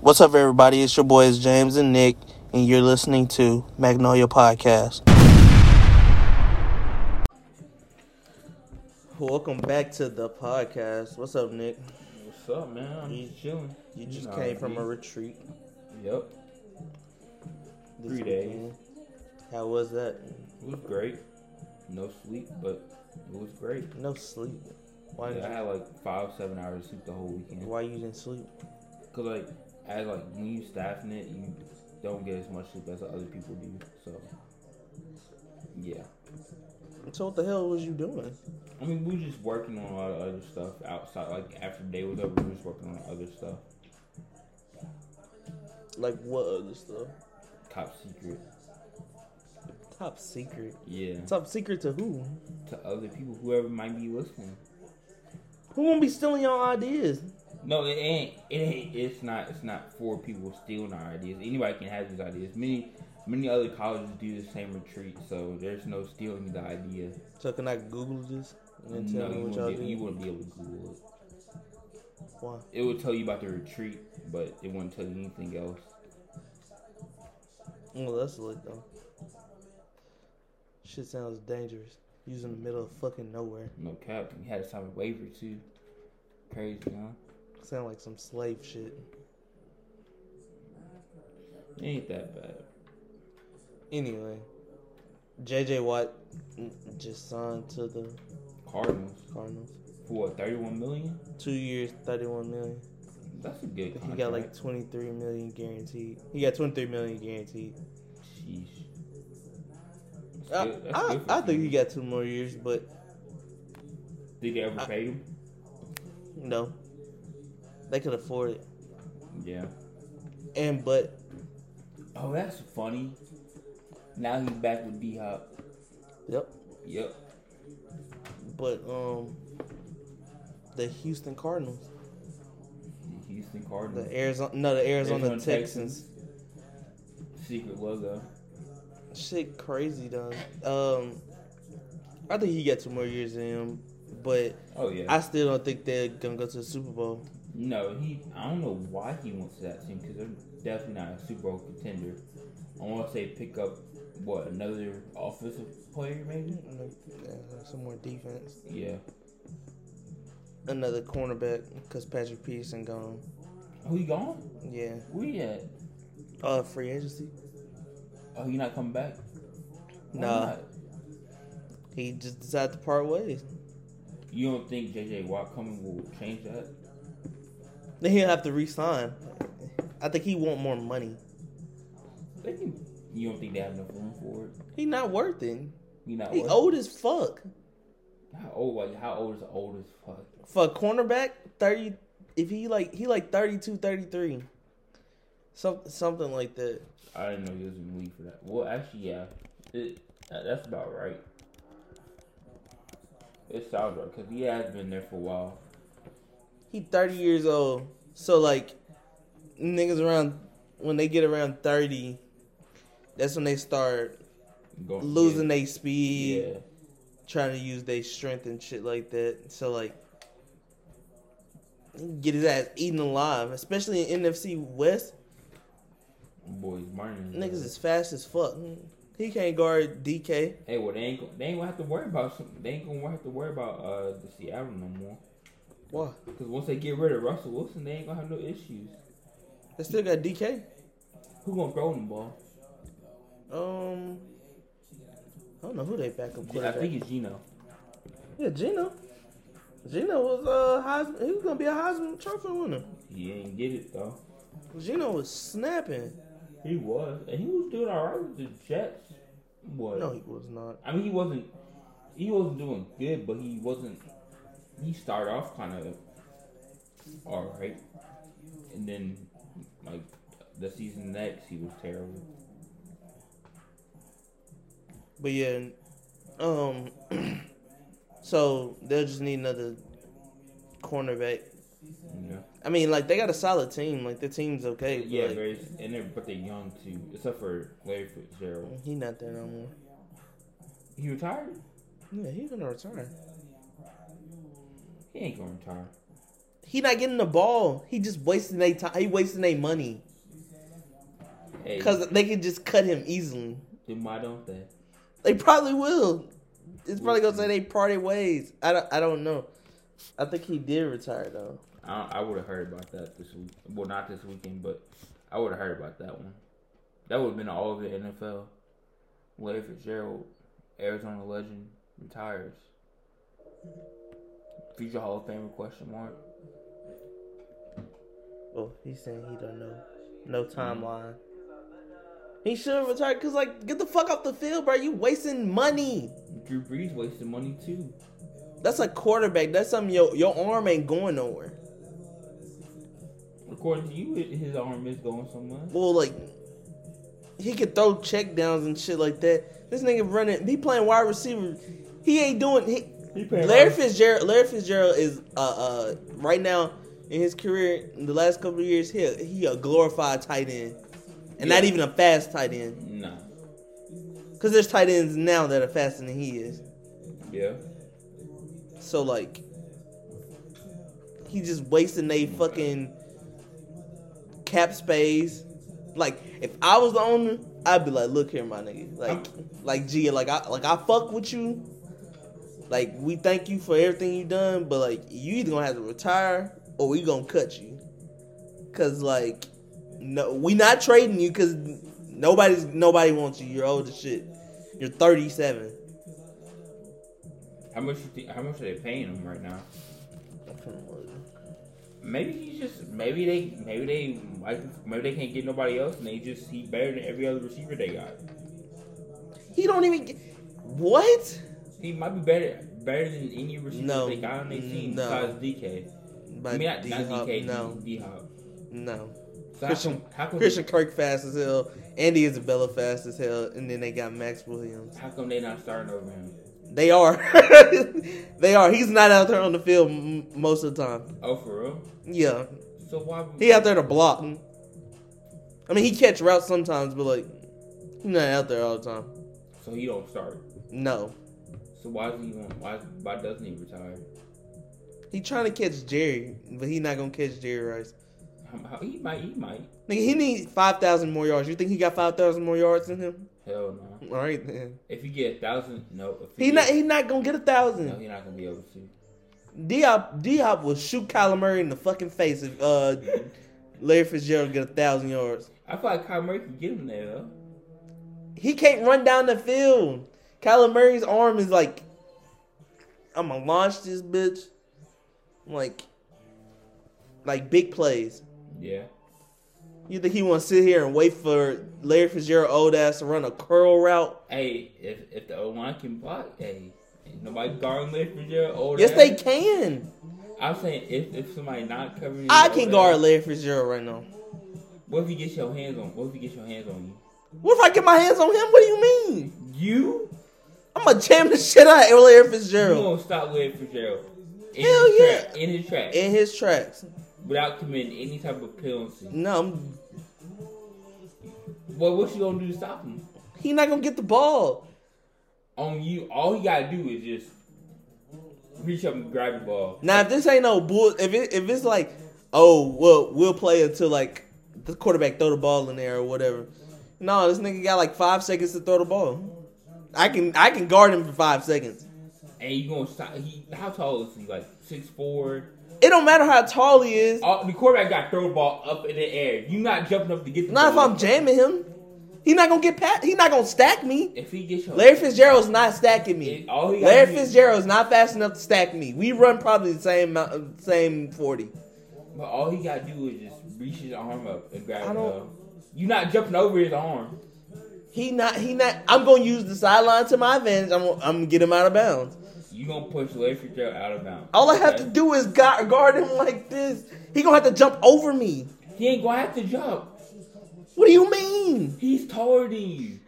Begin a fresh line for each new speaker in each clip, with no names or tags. What's up, everybody? It's your boys James and Nick, and you're listening to Magnolia Podcast. Welcome back to the podcast. What's up, Nick?
What's up, man? I'm just chilling.
You just
know,
came from a
you-
retreat.
Yep.
this
Three days.
weekend. How was that?
It was great. No sleep, but it was great.
No sleep. Why?
Yeah, I
didn't
had like five, seven hours of sleep the whole
you,
weekend.
why you didn't sleep?
Cause like, as like when you staffing it, you don't get as much sleep as other people do. So, yeah.
So what the hell was you doing?
I mean, we were just working on a lot of other stuff outside. Like after the day was over, we were just working on other stuff.
Like what other stuff?
Top secret.
Top secret.
Yeah.
Top secret to who?
To other people, whoever might be listening.
Who won't be stealing your ideas?
No, it ain't. It ain't. It's not. It's not for people stealing our ideas. Anybody can have these ideas. Many, many other colleges do the same retreat, so there's no stealing the idea.
So can I Google this and then tell me what
no, you wouldn't,
y'all
be, you
did?
wouldn't be able to Google it.
Why?
It would tell you about the retreat, but it wouldn't tell you anything else.
Well, that's lit though. Shit sounds dangerous. He's in the middle of fucking nowhere.
No cap. We had to sign a waiver too. Crazy, huh?
Sound like some slave shit.
It ain't that bad.
Anyway, JJ Watt n- just signed to the
Cardinals
Cardinals.
for what, 31 million.
Two years, thirty-one million.
That's a good
He
contract.
got like twenty-three million guaranteed. He got twenty-three million guaranteed.
Sheesh. That's
I,
good- that's
I,
good for
I think
you.
he got two more years, but
Did they ever
I-
pay him?
no, they could afford it.
Yeah.
And but
Oh, that's funny. Now he's back with D Hop.
yep,
Yep.
but um, the Houston Cardinals.
the Houston
The
Cardinals.
Arizona, no, the Arizona,
Arizona
Texans.
Secret logo.
Shit, crazy done. Um, I think he got two more years in him, but
Oh yeah.
I still don't think they're gonna go to the Super Bowl.
no, he. I don't know why he wants that team because they're definitely not a Super Bowl contender. Unless they pick up what another offensive player, maybe.
Uh, Some more defense,
Yeah.
another cornerback, cause Patrick Peterson gone.
Oh, he gone?
Yeah,
Where he at?
uh, free agency.
Oh, he not coming back? Why
Nah.
not?
He just decided to part ways.
You don't think JJ Watt coming will change that?
Then he'll have to re-sign. I think he want more money.
They can. You don't think they have enough room for it?
He not worth it.
You not.
He
worth-
old as fuck.
How old? Like how old is the oldest fuck?
for a cornerback 30 if he like he like 32 33 some, something like that
I didn't know he was in the league for that. Well, actually, yeah, it that- that's about right. It sounds right because he has been there for a while.
he 30 years old so like niggas around when they get around 30 that's when they start
Going,
losing their
Yeah,
speed
yeah.
trying to use their strength and shit like that so like he get his ass eaten alive especially in nfc west
boys, Martin.
niggas is fast as fuck he can't guard dk
Hey, well, they ain't gon- they ain't gonna have to worry about some. They ain't gonna have to worry about uh the Seattle no more.
why
Because once they get rid of Russell Wilson, they ain't gonna have no issues.
they still got dk
Who gonna throw him the ball?
Um, I don't know who they backup
I
quarterback.
think it's Gino.
yeah, Gino. Gino was uh Heisman. He was gonna be a Heisman Trophy winner.
He ain't get it though.
Gino was snapping.
He was, and he was doing all right with the Jets. What?
No, he was not.
I mean, he wasn't he wasn't doing good, but he wasn't. He started off kind of all right, and then like the season next, he was terrible.
But yeah, um, so they'll just need another cornerback.
Yeah,
I mean, like they got a solid team. Like the team's okay. But
yeah,
like,
very, and they're but they're young too, except for Larry Fitzgerald.
he not there no more.
He retired.
Yeah, he's gonna retire.
He ain't gonna retire.
He not getting the ball. He just wasting their time. He wasting their money
Hey,
because they can just cut him easily.
then why don't they?
They probably will. It's probably gonna say they parted ways. I don't, I don't know. I think he did retire though.
I, I would have heard about that this week. Well, not this weekend, but I would have heard about that one. That would have been all of the NFL. Larry Fitzgerald, Arizona legend, retires. Future Hall of Famer question mark.
Oh, he's saying he don't know. No timeline. He shouldn't retire because like get the fuck off the field, bro. You wasting money.
Drew Brees wasted money too.
That's a quarterback. That's something your your arm ain't going nowhere.
According to you, it- his arm is going somewhere.
Well, like he could throw check downs and shit like that. This nigga running, he playing wide receiver. He ain't doing. He,
He playing
Larry
wide-
Fitzgerald. Larry Fitzgerald is uh uh right now in his career. In the last couple of years, he a, he a glorified tight end, and not
Yeah.
even a fast tight end.
Nah.
Cause there's tight ends now that are faster than he is.
Yeah.
So like, he just wasting they fucking cap space. Like, if I was the owner, I'd be like, look here, my nigga. Like, like, G, like I, like I fuck with you. Like, we thank you for everything you done, but like, you either gonna have to retire or we gonna cut you. Cause like, no, we not trading you because nobody's nobody wants you. You're old as shit. You're 37.
How much? You think, how much are they paying him right now?
I'm finna look.
Maybe he's just maybe they maybe they like maybe they can't get nobody else and they just he better than every other receiver they got.
He don't even. Get, what?
He might be better better than any receiver
No.
they got on their team
No.
besides DK.
But
I mean not,
D-Hop,
not DK,
no,
D Hop.
no.
So
Christian,
how come, how
Christian
come,
Kirk fast as hell. Andy Isabella fast as hell, and then they got Max Williams.
how come they not starting over him?
They are, they are. He's not out there on the field m- most of the time.
Oh for real?
Yeah,
So why would-
he out there to block. I mean, he catch routes sometimes, but like, he's not out there all the time.
so he don't start?
No,
So why is he on, why why doesn't he retire?
he trying to catch Jerry, but he not gonna catch Jerry Rice.
How, how, he might he might.
Nigga, he need five thousand more yards. You think he got five thousand more yards than him?
Hell no.
All right then.
If he get a thousand, no. If
He
get,
not he not gonna get a
no,
thousand.
he not gonna be able to.
D Hop D Hop will shoot Kyler Murray in the fucking face if uh Larry Fitzgerald get a thousand yards.
I feel like Kyle Murray can get him there though.
He can't run down the field. Kyler Murray's arm is like, I'm gonna launch this bitch, like, like big plays.
Yeah.
You think he want to sit here and wait for Larry Fitzgerald old ass to run a curl route?
Hey, if if the O line can block, hey, ain't nobody guarding Larry Fitzgerald. Old
Yes,
ass.
they can.
I'm saying if if somebody not covering,
I
his
can
old
guard
ass,
Larry Fitzgerald right now.
What if he gets your hands on? What if he gets your hands on
What if I get my hands on him? What do you mean?
you? You?
I'm gonna jam the shit out of Larry
You
Fitzgerald.
gonna stop Larry Fitzgerald? In
Hell
his
yeah.
Track, in his track,
in his tracks.
without committing any type of penalty.
No, I'm-
Well, what you gonna do to stop him?
he not gonna get the ball.
On you, all he gotta do is just reach up and grab the ball.
Now, if this ain't no bull, if it, if it's like, oh, well, we'll play until like the quarterback throw the ball in there or whatever. No, this nigga got like five seconds to throw the ball. I can I can guard him for five seconds.
And you gonna stop? He, how tall is he? Like six four.
It don't matter how tall he is.
All, the quarterback got to throw the ball up in the air. You not jumping up to get the
Not if
ball.
I'm jamming him. He not gonna get pat. He not gonna stack me.
If he gets your
Larry Fitzgerald's not stacking me.
It- all he gotta
Larry
do is-
Fitzgerald's not fast enough to stack me. We run probably the same amount, same forty.
but all he got to do is just reach his arm up and grab
I
the
don't-
ball. You not jumping over his arm.
He not he not. I'm gonna use the sideline to my advantage. I'm gonna- I'm gonna get him out of bounds.
You gonna push Larry Fitzgerald out of bounds.
All I have
Okay?
to do is gu- guard him like this. He gonna have to jump over me.
He ain't gonna have to jump.
What do you mean?
He's taller than you.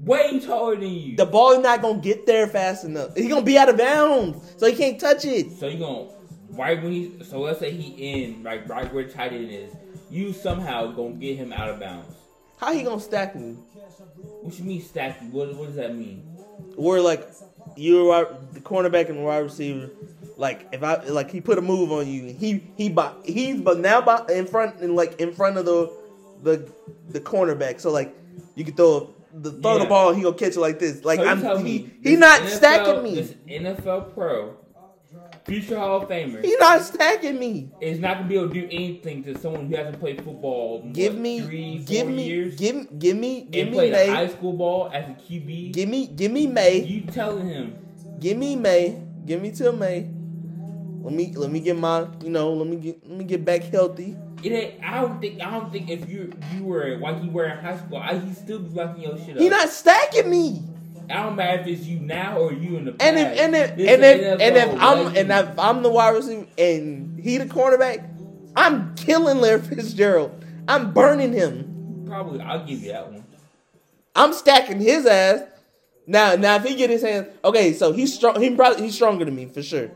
Way taller than you.
The ball is not gonna get there fast enough. He gonna be out of bounds, so he can't touch it.
so you gonna right when he so let's say he in like right where tight end is. You somehow gonna get him out of bounds.
How he gonna stack me?
What you mean stack? What what does that mean?
Or like you're a wide- the cornerback and wide receiver. Like if I like he put a move on you, he he by, he's but now by, in front and like in front of the the the cornerback. So like you can throw the throw the
Yeah.
ball, he gonna catch it like this. Like
So you
I'm
tell
he,
me,
he
this
not
NFL
stacking me.
This NFL pro, future Hall of Famer,
He not stacking me.
is not gonna be able to do anything to someone who hasn't played football. in,
Give
what,
me
three,
give
four
me
years,
give give me give
and
me
played
May.
high school ball as a QB.
Give me give me May.
you telling him
Give me May. Give me till May. Let me let me get my you know let me get let me get back healthy.
it ain't? I don't think. I don't think if you you were like you were in high school, I, he still be locking your shit up.
He not stacking me.
I don't matter if it's you now or you in the past.
And if and if
This
and
is
if,
NFL
and if I'm
legend.
and if I'm the wide receiver and he the cornerback, I'm killing Larry Fitzgerald. I'm burning him.
probably I'll give you that one.
I'm stacking his ass. Now now if he get his hands okay, so he's strong. He probably he's stronger than me for sure.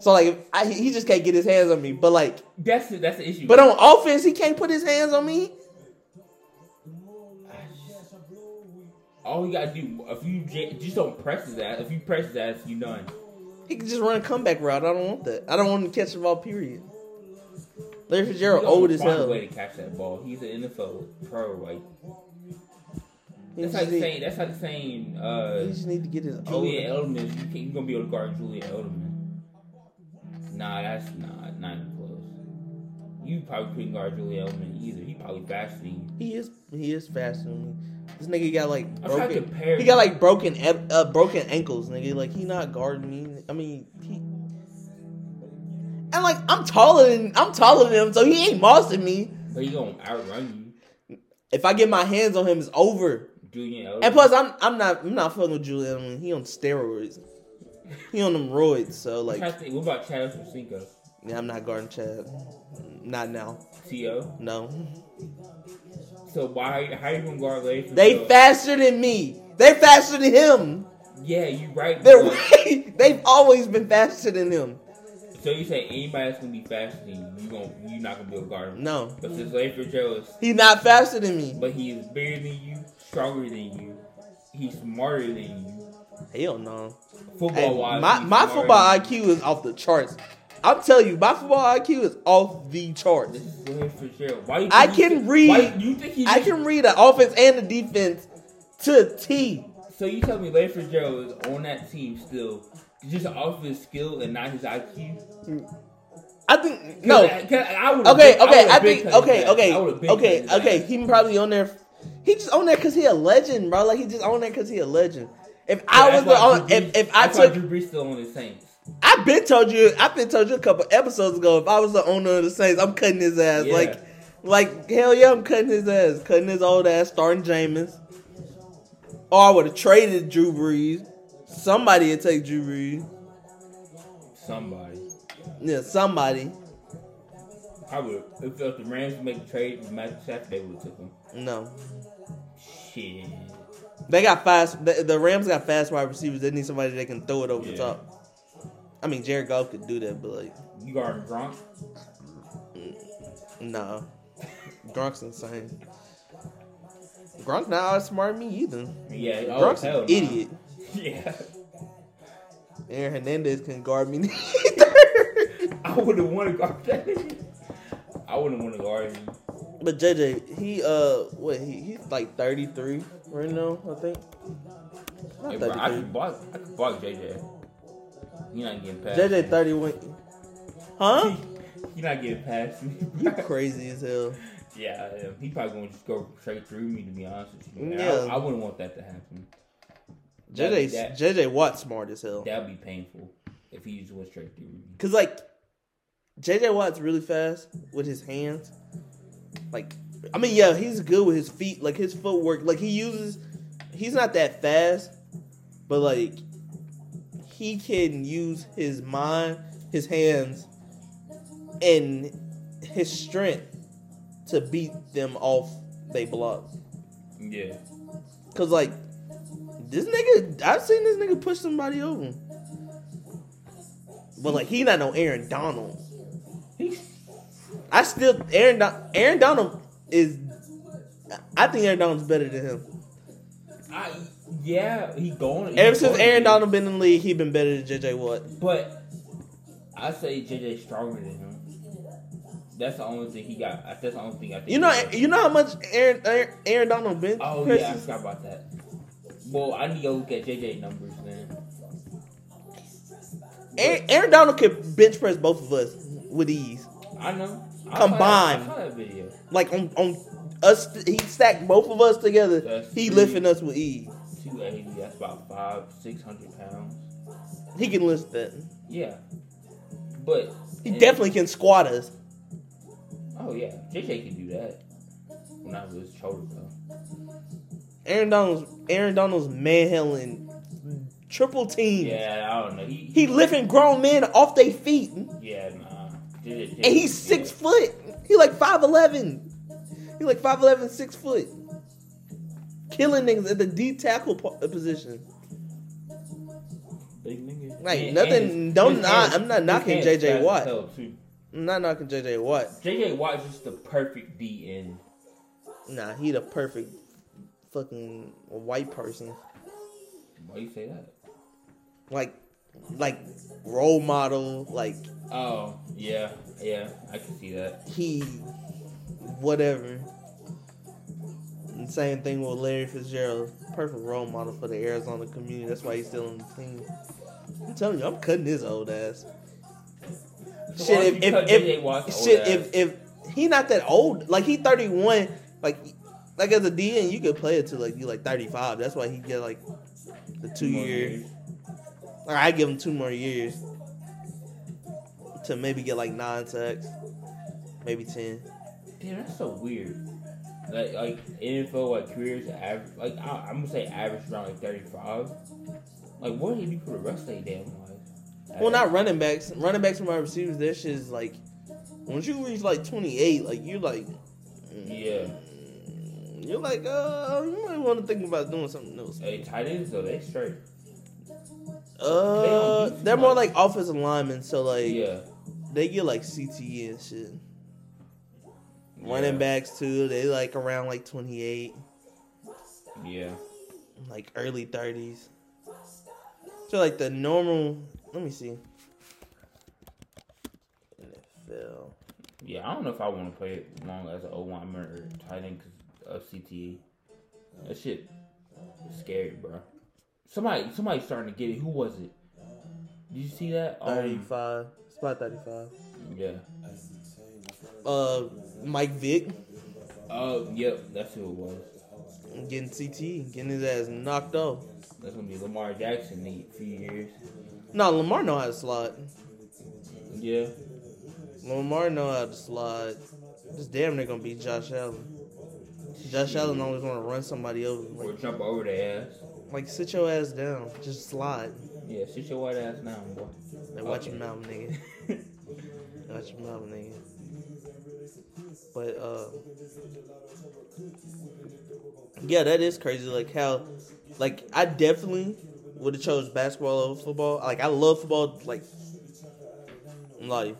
So like if I, he just can't get his hands on me. But like
That's the, that's the issue.
but on offense he can't put his hands on me.
Ah, all you gotta do if you j- just don't press his ass. If you press his ass, you done.
He can just run a comeback route. I don't want that. I don't want him to catch the ball. Period. Larry Fitzgerald
He's gonna
old as
find a
hell.
Way to catch that ball. He's an NFL pro. Like
He
that's
just
like
need-
saying that's like saying
he
uh,
just need to get his old.
Julian Edelman. You can't, you're gonna be able to guard Julian Edelman. Nah, that's not not even close. You probably couldn't guard Julian Edelman either. He probably faster than you.
He is he is faster than me. This nigga got like
I'm trying to
broken.
compare.
He got like broken ep- uh, broken ankles, nigga. Like he not guarding me. I mean, he and like I'm taller than I'm taller than him, so he ain't mossing me.
but he gonna outrun
If I get my hands on him, it's over.
you, Julian Edelman.
And plus, I'm I'm not I'm not fucking with Julian. Edelman. he on steroids. He on them roids. So
I'm
like,
trying to think, what about Chad Ochocinco?
yeah, I'm not guarding Chad. Not now.
To
No.
so why how you gonna guard Larry?
They
Fitzgerald?
faster than me. They faster than him.
Yeah, you right.
They're
but-
way, they've always been faster than him.
So you say anybody that's gonna be faster than you, you gonna you not gonna be able to guard him.
No,
But since Larry Fitzgerald is,
he's not faster than me.
but he is bigger than you, stronger than you, he's smarter than you.
Hell no.
Football
Hey,
wise,
my my football IQ is off the charts. I'm telling you, my football IQ is off the charts.
This is Larry Fitzgerald. Why you
I
think he-
can read.
Why you think he?
I can read the offense and the defense to a T.
So you tell me Larry Fitzgerald is on that team still, just off his skill and not his IQ?
I think
'Cause
no.
I, 'cause I would've
Okay,
been-
okay,
I would've
I
been
think
cutting
okay,
his ass.
okay,
I would've been
okay,
cutting his
okay.
ass.
He probably on there. He just on there because he a legend, bro. Like he just on there because he a legend. If I was
That's why
on,
Drew Brees-
if, if I
that's why
took
Drew Brees still on the Saints.
I've been told you. I've been told you a couple episodes ago. If I was the owner of the Saints, I'm cutting his ass.
Yeah.
Like, like hell yeah, I'm cutting his ass. Cutting his old ass. Starting Jameis. Or I would have traded Drew Brees. Somebody would take Drew Brees.
Somebody.
Yeah, somebody.
I would. If, if the Rams would make a trade, Matt Saturday would have took him.
No,
Shit.
they got fast. The, the Rams got fast wide receivers. They need somebody that can throw it over the
Yeah.
top. I mean, Jared Goff could do that, but like,
You guarding Gronk?
no, Gronk's insane. Gronk not outsmarting me either.
Yeah. Oh,
Gronk's
hell
an
no.
idiot.
Yeah.
Aaron Hernandez couldn't guard me neither.
I wouldn't want to guard that. nigga. I wouldn't want to guard him.
but JJ, he uh, what he he's like thirty three right now, I think. Not
Hey, bro, I
thirty
could block. I could block JJ. You're not getting past.
three. JJ thirty one. Huh?
You're not getting past me.
You
bro.
crazy as hell.
yeah, I am. he probably gonna just go straight through me. To be honest with you, And
Yeah.
I, I wouldn't want that to happen.
JJ
That-
JJ Watt smart as hell.
That'd be painful if he just went straight through me.
Cause like JJ Watt's really fast with his hands. Like I mean, yeah, he's good with his feet, like his footwork. Like he uses he's not that fast, but like he can use his mind, his hands, and his strength to beat them off they block.
Yeah.
Cause like this nigga, I've seen this nigga push somebody over. But like he not no Aaron Donald.
He's
I still Aaron Don, Aaron Donald is. I think Aaron Donald's better than him.
I Yeah, he going. he
Ever since
going
Aaron
to-
Donald been in the league, he been better than JJ Watt.
But I say JJ stronger than him. That's the only thing he got. That's the only thing I think.
You know,
he got.
you know how much Aaron Aaron, Aaron Donald been.
Oh yeah, I forgot about that. Well, I need to go look at JJ numbers then.
Aaron, Aaron Donald could bench press both of us with ease.
I know. I
Combined.
Saw that, I saw that video.
Like on on us, he stacked both of us together.
That's
he
three.
lifting us with ease.
Two eighty. That's about five, six hundred pounds.
He can lift that.
Yeah, but
He
and-
definitely can squat us.
Oh yeah, JJ can do that. When I was shoulder though.
Aaron Donald's Aaron Donald's manhandling triple teams.
Yeah, I don't know. He,
He lifting grown men off their feet, and
Yeah, nah. JJ,
he's six foot. He like five eleven. He like 5'11", 6 foot. Killing niggas at the D tackle po- uh, position.
Big nigga.
Like,
And-
nothing-
and his-
don't
his
knock-
hands-
I'm not
his
knocking
hands
JJ
fast as
Watt.
hell, too.
I'm not knocking JJ Watt.
JJ Watt is just the perfect D end.
Nah, he the perfect fucking white person.
Why you say that?
Like, like role model. Like
Oh yeah, yeah, I can see that.
he, whatever. And same thing with Larry Fitzgerald. Perfect role model for the Arizona community. That's why he's still on the team. I'm telling you, I'm cutting his old ass.
So why
shit,
don't
if
you
if,
cut JJ
if
Watt's
shit,
old ass?
if if he not that old, like he thirty one, like like as a DN, you could play it to like you like thirty five. That's why he get like the two
Come on,
year.
dude.
Like I give him two more years to maybe get like nine sacks, maybe ten.
Dude, that's so weird. Like, like NFL, like careers, average, like I, I'm gonna say average around like 35. Like, what do you do for the rest of their damn lives?
Well, not running backs. Running backs and wide receivers, their shit is like once you reach like twenty eight, like you're like
Yeah.
you're like uh you might want to think about doing something else.
Hey, tight ends though, they straight.
Uh,
They don't-
they're more like offensive linemen, so like
Yeah.
they get like CTE and shit. Running
yeah.
backs too, they like around like twenty eight,
Yeah.
like early thirties. So like the normal, let me see. NFL.
Yeah, I don't know if I want to play it long as an O lineman or tight end because of CTE. That shit is scary, bro. Somebody, somebody's starting to get it. Who was it? Did you see that? Um,
Thirty five. Spot thirty five.
Yeah.
Uh, Mike Vick
Oh, yep, that's who it was.
getting CTE, getting his ass knocked off.
That's gonna be Lamar Jackson in a few years.
No, Lamar know how to slide.
Yeah.
Lamar know how to slide. This damn near gonna be Josh Allen. Josh Allen always wanna run somebody over.
Or
Like,
jump over the ass.
like sit your ass down. Just slide.
Yeah, sit your white ass down, boy.
Like watch
Okay.
your mouth, nigga. watch your mouth, nigga. But uh Yeah, that is crazy. Like how like I definitely would have chose basketball over football. Like I love football like in life.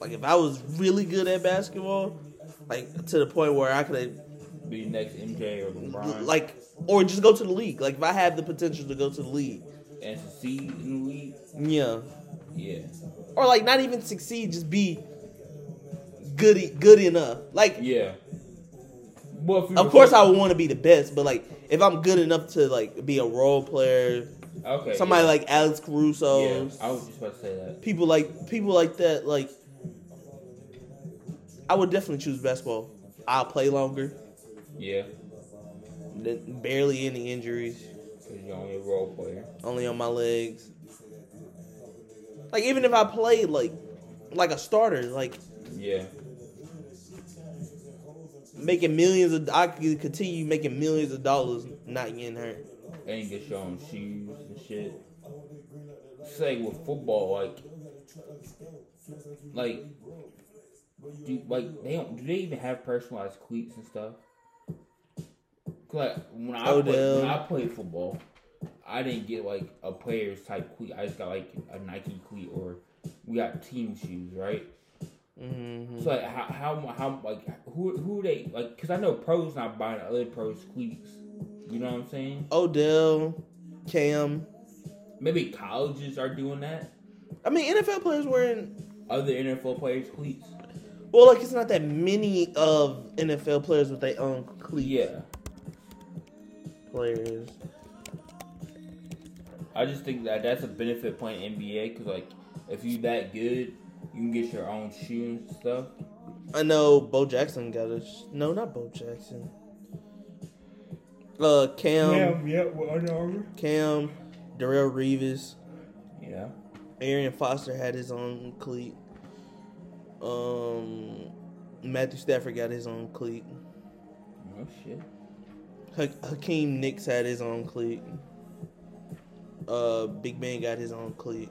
Like if I was really good at basketball, like to the point where I could have
Be the next MJ or LeBron.
like or just go to the league. Like if I had the potential to go to the league.
and succeed in the league.
Yeah.
Yeah.
or like not even succeed, just be good e, good enough. Like
Yeah. Well, if you
of
were-
course I would want to be the best, but like if I'm good enough to like be a role player,
Okay.
somebody
yeah.
like Alex Caruso,
Yeah, I was just about to say that.
people like people like that, like I would definitely choose basketball. I'll play longer,
Yeah.
n- barely any injuries,
Because you're only a role player.
only on my legs. Like even if I played like like a starter, like
Yeah.
making millions of I could continue making millions of dollars not getting hurt.
And you get your own shoes and shit. Say with football, like, like, do like they don't do they even have personalized cleats and stuff? 'Cause, Like when I
Odell.
played, when I played football, I didn't get like a player's type cleat. I just got like a Nike cleat or we got team shoes, right?
hmm
So like, how how how like who who they like? Cause I know pros not buying other pros cleats. You know what I'm saying?
Odell, Cam.
Maybe colleges are doing that.
I mean, NFL players wearing
Other NFL players cleats.
well, like it's not that many of NFL players with their own cleats.
Yeah,
Players.
I just think that that's a benefit playing NBA because like if you that good, you can get your own shoes and stuff.
I know Bo Jackson got a sh- no, not Bo Jackson. Uh, Cam,
yeah, with Under Armour.
Cam, Darrell Reeves,
Yeah,
Arian Foster had his own cleat. Um, Matthew Stafford got his own cleat.
no Oh, shit.
Hak- Hakeem Nicks had his own cleat. Uh, Big Ben got his own cleat.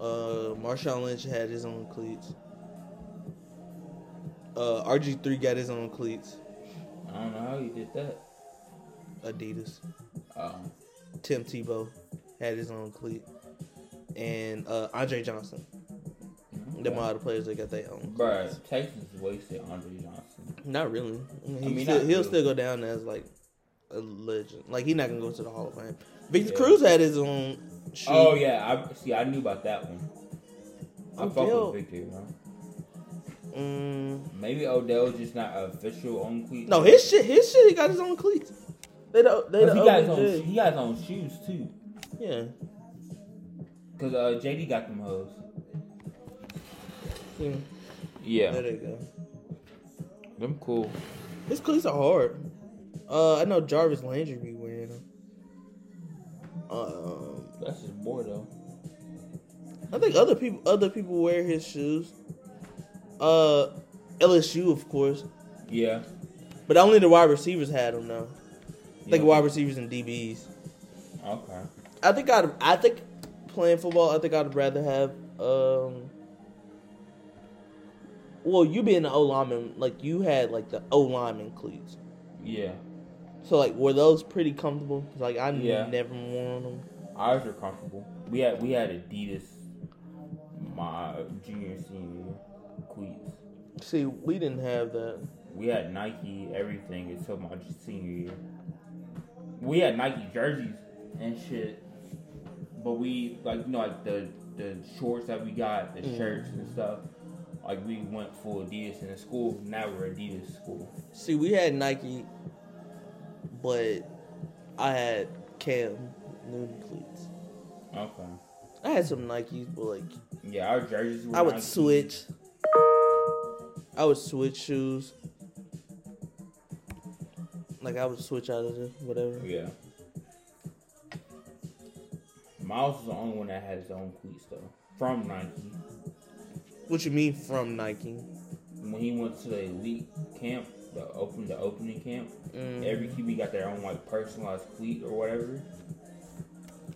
Uh, Marshawn Lynch had his own cleats. Uh, RG3 got his own cleats.
I don't know how you did that.
Adidas.
Um,
Tim Tebow had his own cleat. And uh, Andre Johnson. Them uh, all the players that got their own.
Bruh, Texas wasted Andre Johnson.
Not really. I mean, he
I mean,
still,
not
he'll
really.
still go down as like a legend. Like he's not gonna go to the Hall of Fame. Victor
Yeah.
Cruz had his own shoe.
Oh yeah, I see. I knew about that one. I
Odell-
fuck with Victor. You know?
Mm,
Maybe Odell's just not official on cleats.
no, his shit, his shit, he got his own cleats. They don't. They
Cause he got his
don't.
own. He got his own shoes too.
Yeah.
Cause uh, JD got them hoes.
yeah. There
Yeah,
they go.
them cool.
His cleats are hard. Uh, I know Jarvis Landry be wearing them. Um,
That's just more though.
I think other people other people wear his shoes. Uh, LSU of course,
Yeah.
but only the wide receivers had them now. I think
Yeah.
wide receivers and DBs.
Okay.
I think I'd I think playing football, I think I'd rather have um well, you being an O lineman, like you had like the O lineman cleats.
Yeah.
So like were those pretty comfortable? 'Cause, Like I
Yeah.
never worn them.
Ours are comfortable. We had we had Adidas my junior and senior year cleats.
See, we didn't have that.
We had Nike everything until my senior year. We had Nike jerseys and shit, but we like you know like the the shorts that we got, the
Mm.
shirts and stuff. Like we went full Adidas in the school. Now we're Adidas school.
See, we had Nike, but I had Cam Newton cleats.
Okay.
I had some Nikes, but like
Yeah, our jerseys. Were
I would
Nike.
switch. I would switch shoes. Like I would switch out of the whatever.
Yeah. Miles is the only one that had his own cleats though from Nike.
What you mean from Nike?
When he went to the elite camp, the open the opening camp,
Mm.
every QB got their own like personalized cleat or whatever,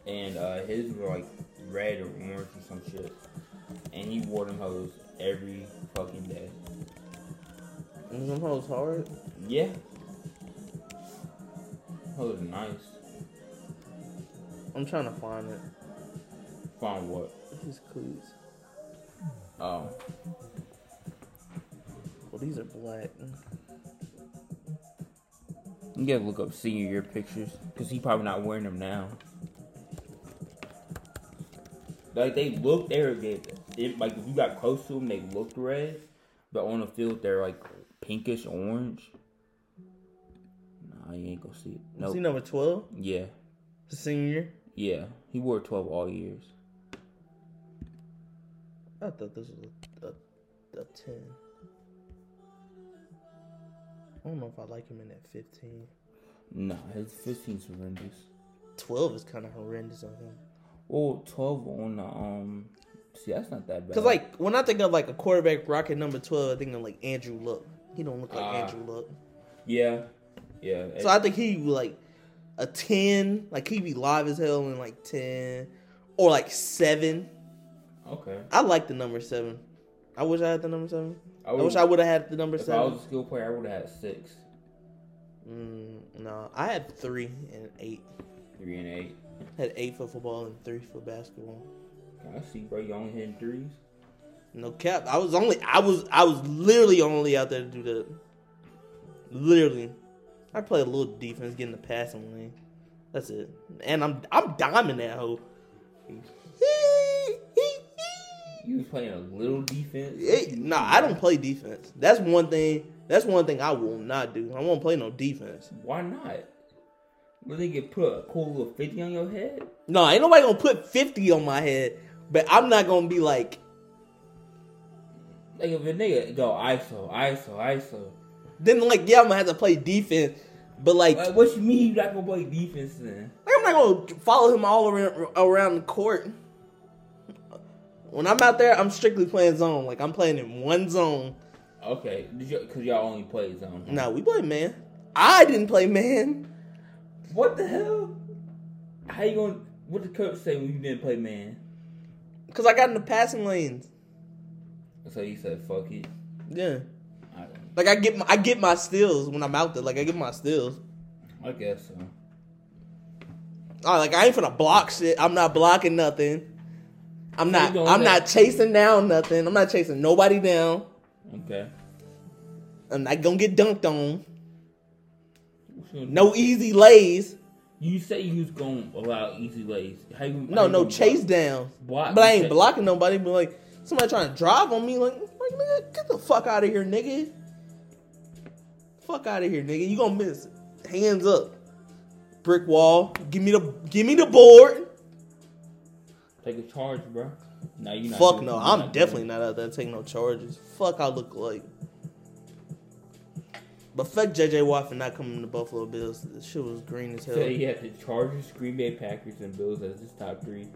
and uh, his were like red or orange or some shit, and he wore them hoes every fucking day.
And them hoes hard.
Yeah. Hoes nice.
I'm trying to find it.
Find what?
These cleats.
Oh,
Well, these are black.
you gotta look up senior year pictures because he probably not wearing them now. Like they looked, they were good. It, like if you got close to them, they looked red, but on the field they're like pinkish orange. Nah, you ain't gonna see it.
Nope.
No.
See number twelve,
Yeah,
the senior.
yeah. He wore twelve all years.
I thought this was a, a, a ten. I don't know if I like him in that 15.
Nah, his fifteen's horrendous.
12 is kind of horrendous on him.
Well, twelve on the um. See, that's not that bad.
Cause like when I think of like a quarterback rocket number twelve, I think of like Andrew Luck. He don't look like
Ah.
Andrew Luck.
yeah, yeah.
So I think he be, like a ten, like he be live as hell in like ten or like seven.
okay.
I like the number seven. I wish I had the number seven. I,
would-
wish I would have had the number
If I
seven.
was a skill player, I would have had six,
Mm, no, I had three and eight.
three, and eight.
Had eight for football and three for basketball.
I see, bro. You only hitting threes.
No cap. I was only I was I was literally only out there to do that. Literally. I play a little defense, getting the passing lane. That's it. And I'm I'm diming that hoe.
You was playing a little defense.
It- nah, I don't play defense. That's one thing. That's one thing I will not do. I won't play no defense.
Why not? Will they get put a cool little fifty on your head?
No, ain't nobody gonna put fifty on my head. But I'm not gonna be like
Like if a nigga go ISO, ISO, ISO.
then like yeah I'm gonna have to play defense. But like,
Like, what you mean you not gonna play defense then?
like I'm not gonna follow him all around around the court. When I'm out there, I'm strictly playing zone. Like I'm playing in one zone.
Okay, did you, cause y'all only play zone. huh?
No, we play man. I didn't play man.
What the hell? How you gonna? What the coach say when you didn't play man?
Cause I got in the passing lanes.
So you said fuck it.
Yeah.
I,
Like I get my, I get my steals when I'm out there. Like I get my steals.
I guess so.
Oh, like I ain't finna block shit. I'm not blocking nothing. I'm
So you
not
going
I'm
back-
not chasing down nothing. I'm not chasing nobody down.
Okay.
I'm not gonna get dunked on.
What you gonna do?
No easy lays.
You say you was gonna allow easy lays. How you, how
No,
you
no
gonna
chase
block?
downs.
Block-
But I ain't
okay.
blocking nobody. But like somebody trying to drive on me, like, like nigga, get the fuck out of here, nigga. Fuck out of here, nigga. You gonna miss it. Hands up. Brick wall. Give me the give me the board.
Take a charge, bro. No, you not.
Fuck
doing-
no,
you
I'm
not doing
definitely
it.
not out there taking no charges. Fuck, I look like. But fuck JJ Watt for not coming to Buffalo Bills. This shit was green as hell.
So you have the Chargers, Green Bay Packers, and Bills as his top three.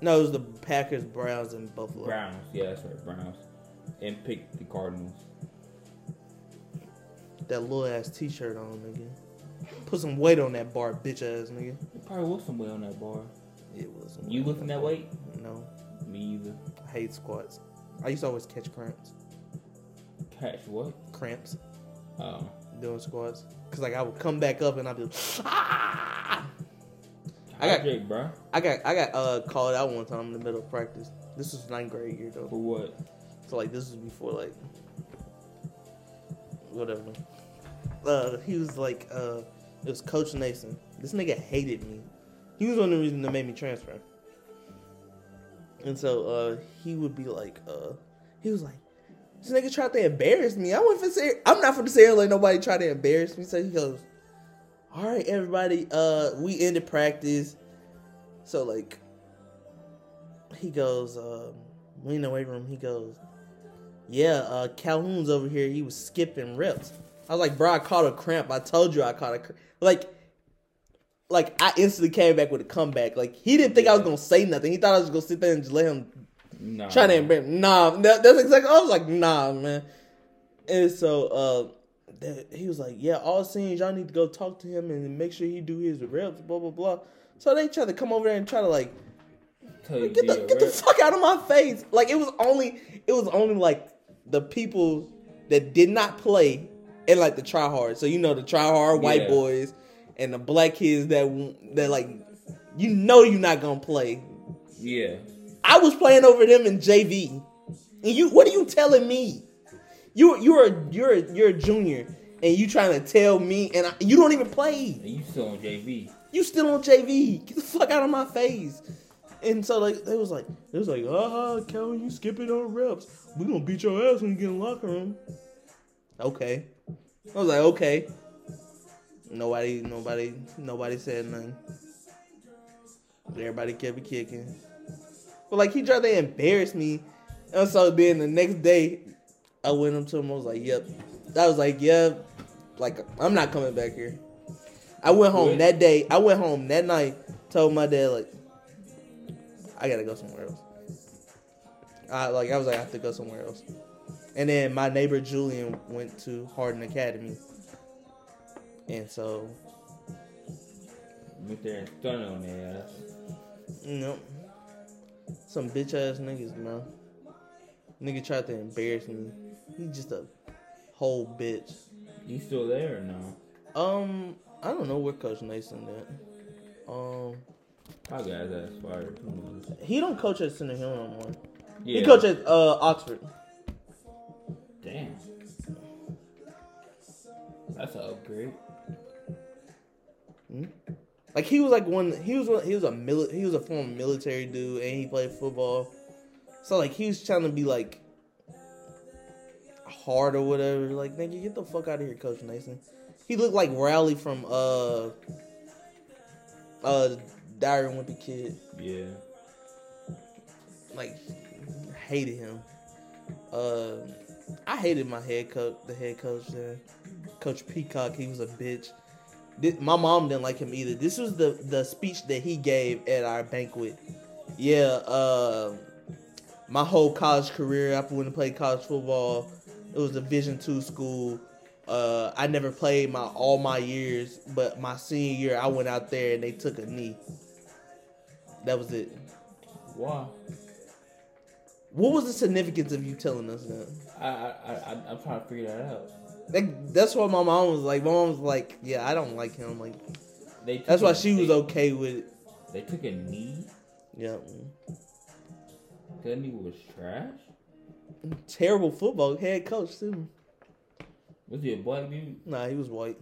No, it was the Packers, Browns, and Buffalo.
Browns, yeah, that's right, Browns, and pick the Cardinals.
That little ass T-shirt on, nigga. Put some weight on that bar, bitch ass nigga.
There probably was some weight on that bar.
It was. some weight
You
on
lifting that weight?
No,
Me either.
I hate squats. I used to always catch cramps.
Catch what?
Cramps
Oh,
doing squats, cause like I would come back up and I'd be. Like, "Ah!" I got-
hydrate, bro.
I got I got uh called out one time in the middle of practice. This was ninth grade year though.
For what?
So like this was before like whatever. Uh he was like uh it was Coach Nason. This nigga hated me. He was one of the reasons that made me transfer. And so uh he would be like uh he was like this nigga tried to embarrass me. I wasn't finna say I'm not finna say it like nobody tried to embarrass me. So he goes, Alright everybody, uh we ended practice. So like he goes, um, we in the weight room, he goes, Yeah, uh Calhoun's over here, he was skipping reps. I was like, bro, I caught a cramp. I told you I caught a cramp. Like like I instantly came back with a comeback. Like he didn't think I was
Yeah.
gonna say nothing. He thought I was gonna sit there and just let him
Nah.
trying to embarrass. Nah, that, that's exactly. I was like, nah, man. And so uh, that, he was like, yeah, all scenes, y'all need to go talk to him and make sure he do his reps, blah blah blah. So they tried to come over there and try to like
Tell you
get the get the fuck out of my face. Like it was only it was only like the people that did not play and like the tryhard. So you know the tryhard white
Yeah.
boys and the black kids that won't- that like you know you're not gonna play.
Yeah.
I was playing over them in JV. And you, what are you telling me? You, you're a, you're a, you're a junior, and you trying to tell me, and I, you don't even play.
And you still on JV.
You still on JV? Get the fuck out of my face! And so like they was like, they was like, ah, Kelvin, you skipping on reps. We gonna beat your ass when you get in the locker room. Okay, I was like, okay. Nobody, nobody, nobody said nothing. Everybody kept it kicking. But like he tried to embarrass me. And so then the next day, I went up to him. I was like, "Yep." I was like, "Yep." Like I'm not coming back here. I went home
Wait.
that day. I went home that night. Told my dad like, I gotta go somewhere else. I like I was like I have to go somewhere else. And then my neighbor Julian went to Hardin Academy. And so,
Went there and stunned on their ass.
you know, some bitch ass niggas, man. Nigga tried to embarrass me. He just a whole bitch.
You still there or no?
Um, I don't know where Coach Nason at. Um,
My guy's ass fired. Come on.
he don't coach at Center Hill no more.
Yeah.
He coach at uh Oxford.
Damn. That's an upgrade.
Hmm? Like he was like one. He was one, he was a mili- he was a former military dude, and he played football. So like he was trying to be like hard or whatever. Like nigga, get the fuck out of here, Coach Nason. He looked like Rowley from uh uh Diary of a Wimpy Kid.
Yeah.
Like hated him. Uh, I hated my head coach. The head coach there, Coach Peacock. He was a bitch. Thi- my mom didn't like him either. This was the the speech that he gave at our banquet. Yeah, uh, my whole college career after when I played college football, it was Division two school. Uh, I never played my all my years, but my senior year I went out there and they took a knee. That was it.
Why?
What was the significance of you telling us that?
I I, I I'm- I'm trying to figure that out.
That, that's what my mom was like. My mom was like, "Yeah, I don't like him." Like
They took
that's why
a-
she was
they-
okay with it.
They took a knee.
Yeah,
That knee was trash.
terrible football head coach too.
Was he a black dude?
Nah, he was white.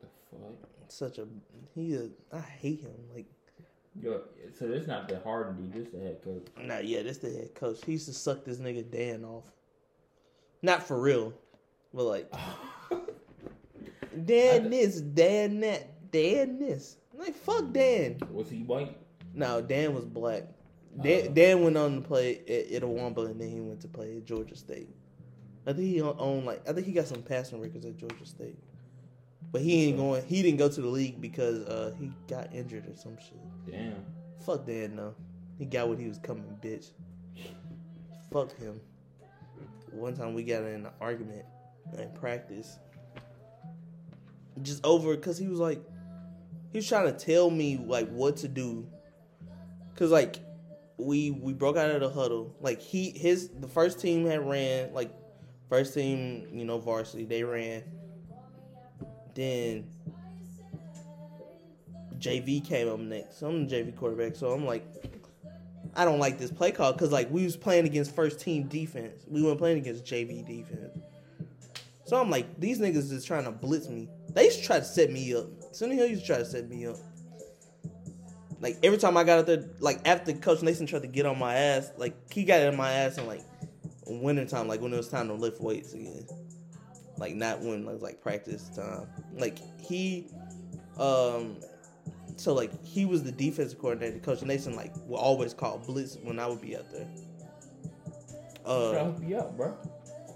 The fuck.
Such a he. A, I hate him. Like,
Yo, so it's not the Harden dude. This the head coach.
nah, yeah, that's the head coach. He used to suck this nigga Dan off. Not for real, but like Dan this, Dan that, Dan this. Like fuck Dan.
was he white?
No, Dan was black.
Oh.
Dan, Dan went on to play at Itawamba, and then he went to play at Georgia State. I think he owned like I think he got some passing records at Georgia State, but he ain't going. He didn't go to the league because uh, he got injured or some shit.
Damn.
Fuck Dan though. He got what he was coming, bitch. Fuck him. One time we got in an argument in practice. Just over cause he was like he was trying to tell me like what to do. Cause like we we broke out of the huddle. Like he his the first team had ran, like first team, you know, varsity, they ran. Then JV came up next. So I'm the JV quarterback, so I'm like, I don't like this play call because like we was playing against first team defense. We weren't playing against JV defense. So I'm like, these niggas is trying to blitz me. They used to try to set me up. Sonny Hill used to try to set me up. Like every time I got out there, like after Coach Nason tried to get on my ass, like he got in my ass in like winter time, like when it was time to lift weights again. Like not when like, like practice time. Like he um so like he was the defensive coordinator. Coach Nason like would always call blitz when I would be out there.
Tryna
Uh,
hook you up, bro.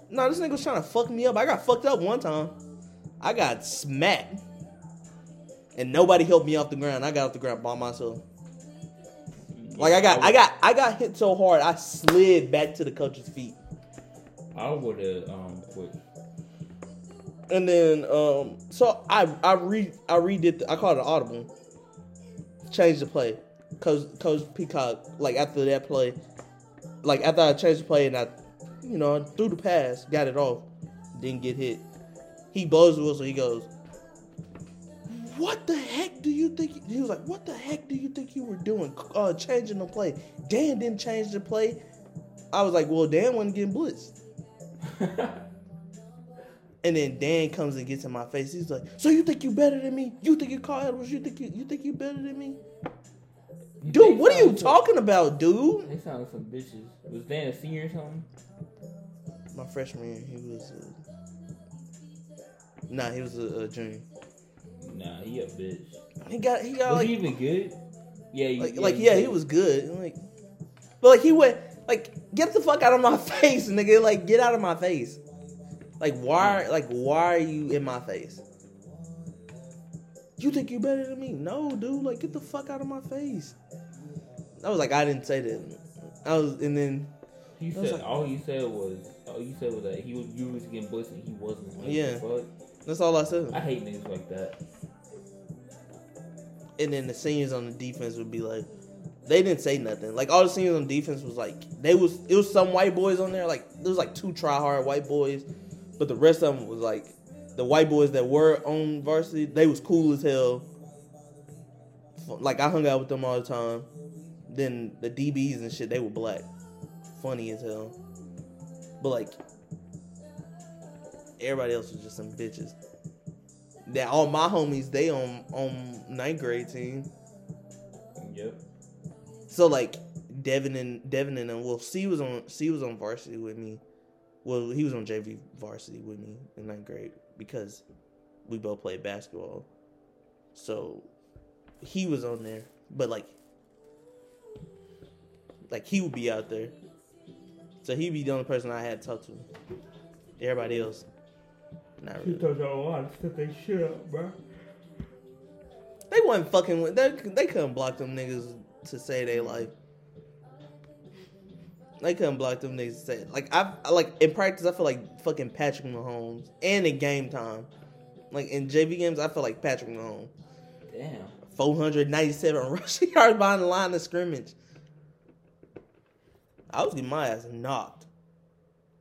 no, this nigga was trying to fuck me up. I got fucked up one time. I got smacked. And nobody helped me off the ground. I got off the ground by myself. Like I got I got I got hit so hard I slid back to the coach's feet.
I would have um quit.
And then um so I I re I redid the, I called it audible. Changed the play. Coach Coach Peacock, like after that play, like after I changed the play and I you know, threw the pass, got it off, didn't get hit. He blows the whistle, he goes, What the heck do you think he was like, What the heck do you think you were doing? Uh changing the play. Dan didn't change the play. I was like, Well Dan wasn't getting blitzed. And then Dan comes and gets in my face. He's like, "So you think you better than me? You think you Carl Edwards? You think you you think you better than me, dude? What are you talking about, dude?"
They sound like some bitches. Was Dan a senior or something?
My freshman year, he was a, nah, he was a, a junior.
Nah, he a bitch.
He got he got
Was
like
he even good? Yeah, he,
like, like yeah, he was good. And, Like, but like he went like get the fuck out of my face, nigga. Like get out of my face. Like why? Like why are you in my face? You think you better than me? No, dude. Like get the fuck out of my face. I was like, I didn't say that. I was, and then
He
I was
said
like-
all he said was all he said was that he was you was getting blitzed and he wasn't. Like,
Yeah.
Fuck.
that's all I
I
said.
hate niggas like that.
And then the seniors on the defense would be like, they didn't say nothing. Like all the seniors on defense was like, they was it was some white boys on there. Like there was like two try hard white boys, but the rest of them was like, the white boys that were on varsity, they was cool as hell. F- Like I hung out with them all the time. Then the DBs and shit, they were black, funny as hell. But like, everybody else was just some bitches. that all my homies they on on ninth grade team.
Yep.
So like Devin and Devin and them, well, C was on C was on varsity with me. Well, he was on JV varsity with me in ninth grade because we both played basketball. So he was on there, but like like he would be out there. So he'd be the only person I had to talk to. Everybody else, not
She
really.
does a lot of stuff they shit up, bro.
They wasn't fucking with. They, they couldn't block them niggas to say they life. They couldn't block them niggas to say like I I- like in practice. I feel like fucking Patrick Mahomes, and in game time, like in JV games, I feel like Patrick Mahomes.
Damn.
497 rushing yards behind the line of scrimmage. I was getting my ass knocked.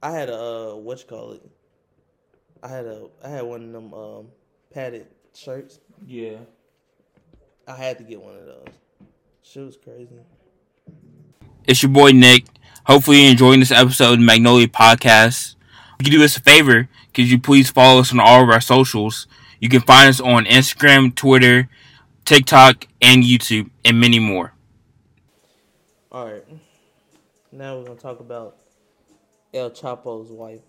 I had a uh, what you call it? I had a I had one of them um, padded shirts.
Yeah.
I had to get one of those. Shit was crazy.
It's your boy Nick. Hopefully, you're enjoying this episode of the Magnolia Podcast. If you do us a favor, could you please follow us on all of our socials? You can find us on Instagram, Twitter, TikTok, and YouTube, and many more.
All right, now we're gonna talk about El Chapo's wife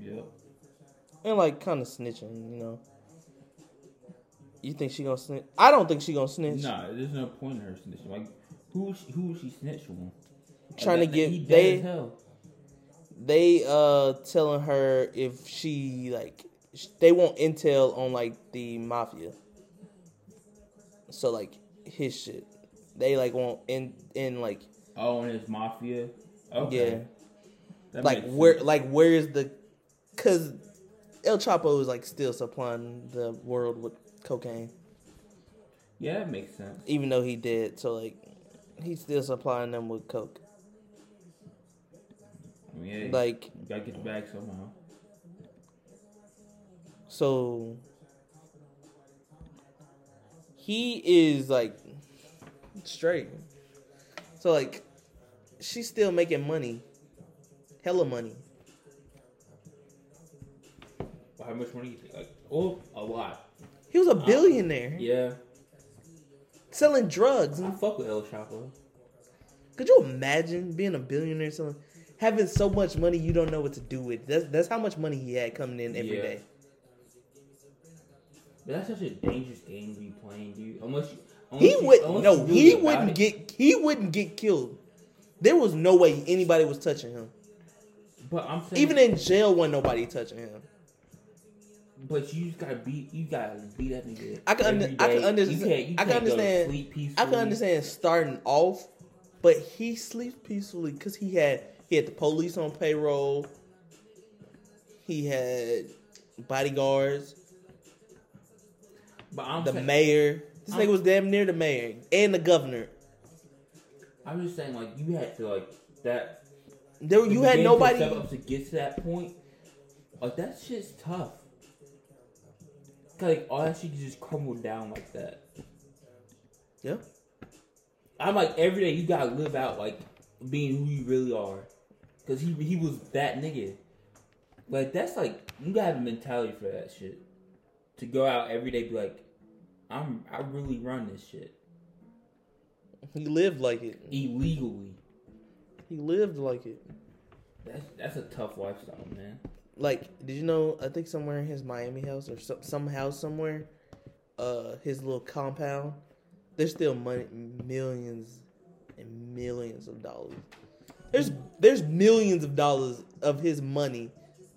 Yep.
and like kind of snitching. You know, you think she gonna snitch? I don't think she gonna snitch.
Nah, there's no point in her snitching. Like, who she, who she snitching on?
Trying to
Like,
get
he dead
they.
as hell.
they uh telling her if she like sh- they want intel on like the mafia so like his shit they like want in in like
Oh, and it's mafia. Okay.
yeah
That
like
makes
where
sense.
like where is the cuz El Chapo is like still supplying the world with cocaine
Yeah, that makes sense.
even though he did so like he's still supplying them with coke
I mean, hey,
like
you gotta get the bag somehow.
So he is like straight. So like she's still making money. Hella money.
But how much money? You think? Like, oh, a lot.
He was a billionaire
Uh, Yeah.
selling drugs.
I fuck with El Chapo.
Could you imagine being a billionaire selling having so much money you don't know what to do with? That's that's how much money he had coming in every
Yeah.
day.
But that's such a dangerous game to be playing, dude. Unless you, unless
He
you-
wouldn't
unless
no,
you do
he
about
wouldn't
it.
get he wouldn't get killed. There was no way anybody was touching him.
But I'm saying,
Even in jail wasn't nobody touching him.
but you just gotta beat, you gotta beat that nigga.
I can
every
under- I can
day.
understand-
You can't, you
I can
can't go to
understand-
sleep
I can
peacefully.
understand starting off, but he sleeps peacefully because he had he had the police on payroll. He had bodyguards,
But I'm
the
saying,
mayor. This
I'm-
nigga was damn near the mayor and the governor.
I'm just saying, like you had to like that.
There,
if
you
the
had
game
nobody.
took step up to get to that point. Like that shit's tough. 'Cause, like all that shit just crumbled down like that.
Yeah,
I'm like every day you gotta live out like being who you really are, cause he he was that nigga. Like that's like you gotta have a mentality for that shit. To go out every day, be like, I'm I really run this shit
he lived like it.
illegally.
He lived like it.
That's that's a tough lifestyle, man.
Like, did you know? I think somewhere in his Miami house or some, some house somewhere, uh, his little compound, there's still money, millions and millions of dollars. There's there's millions of dollars of his money.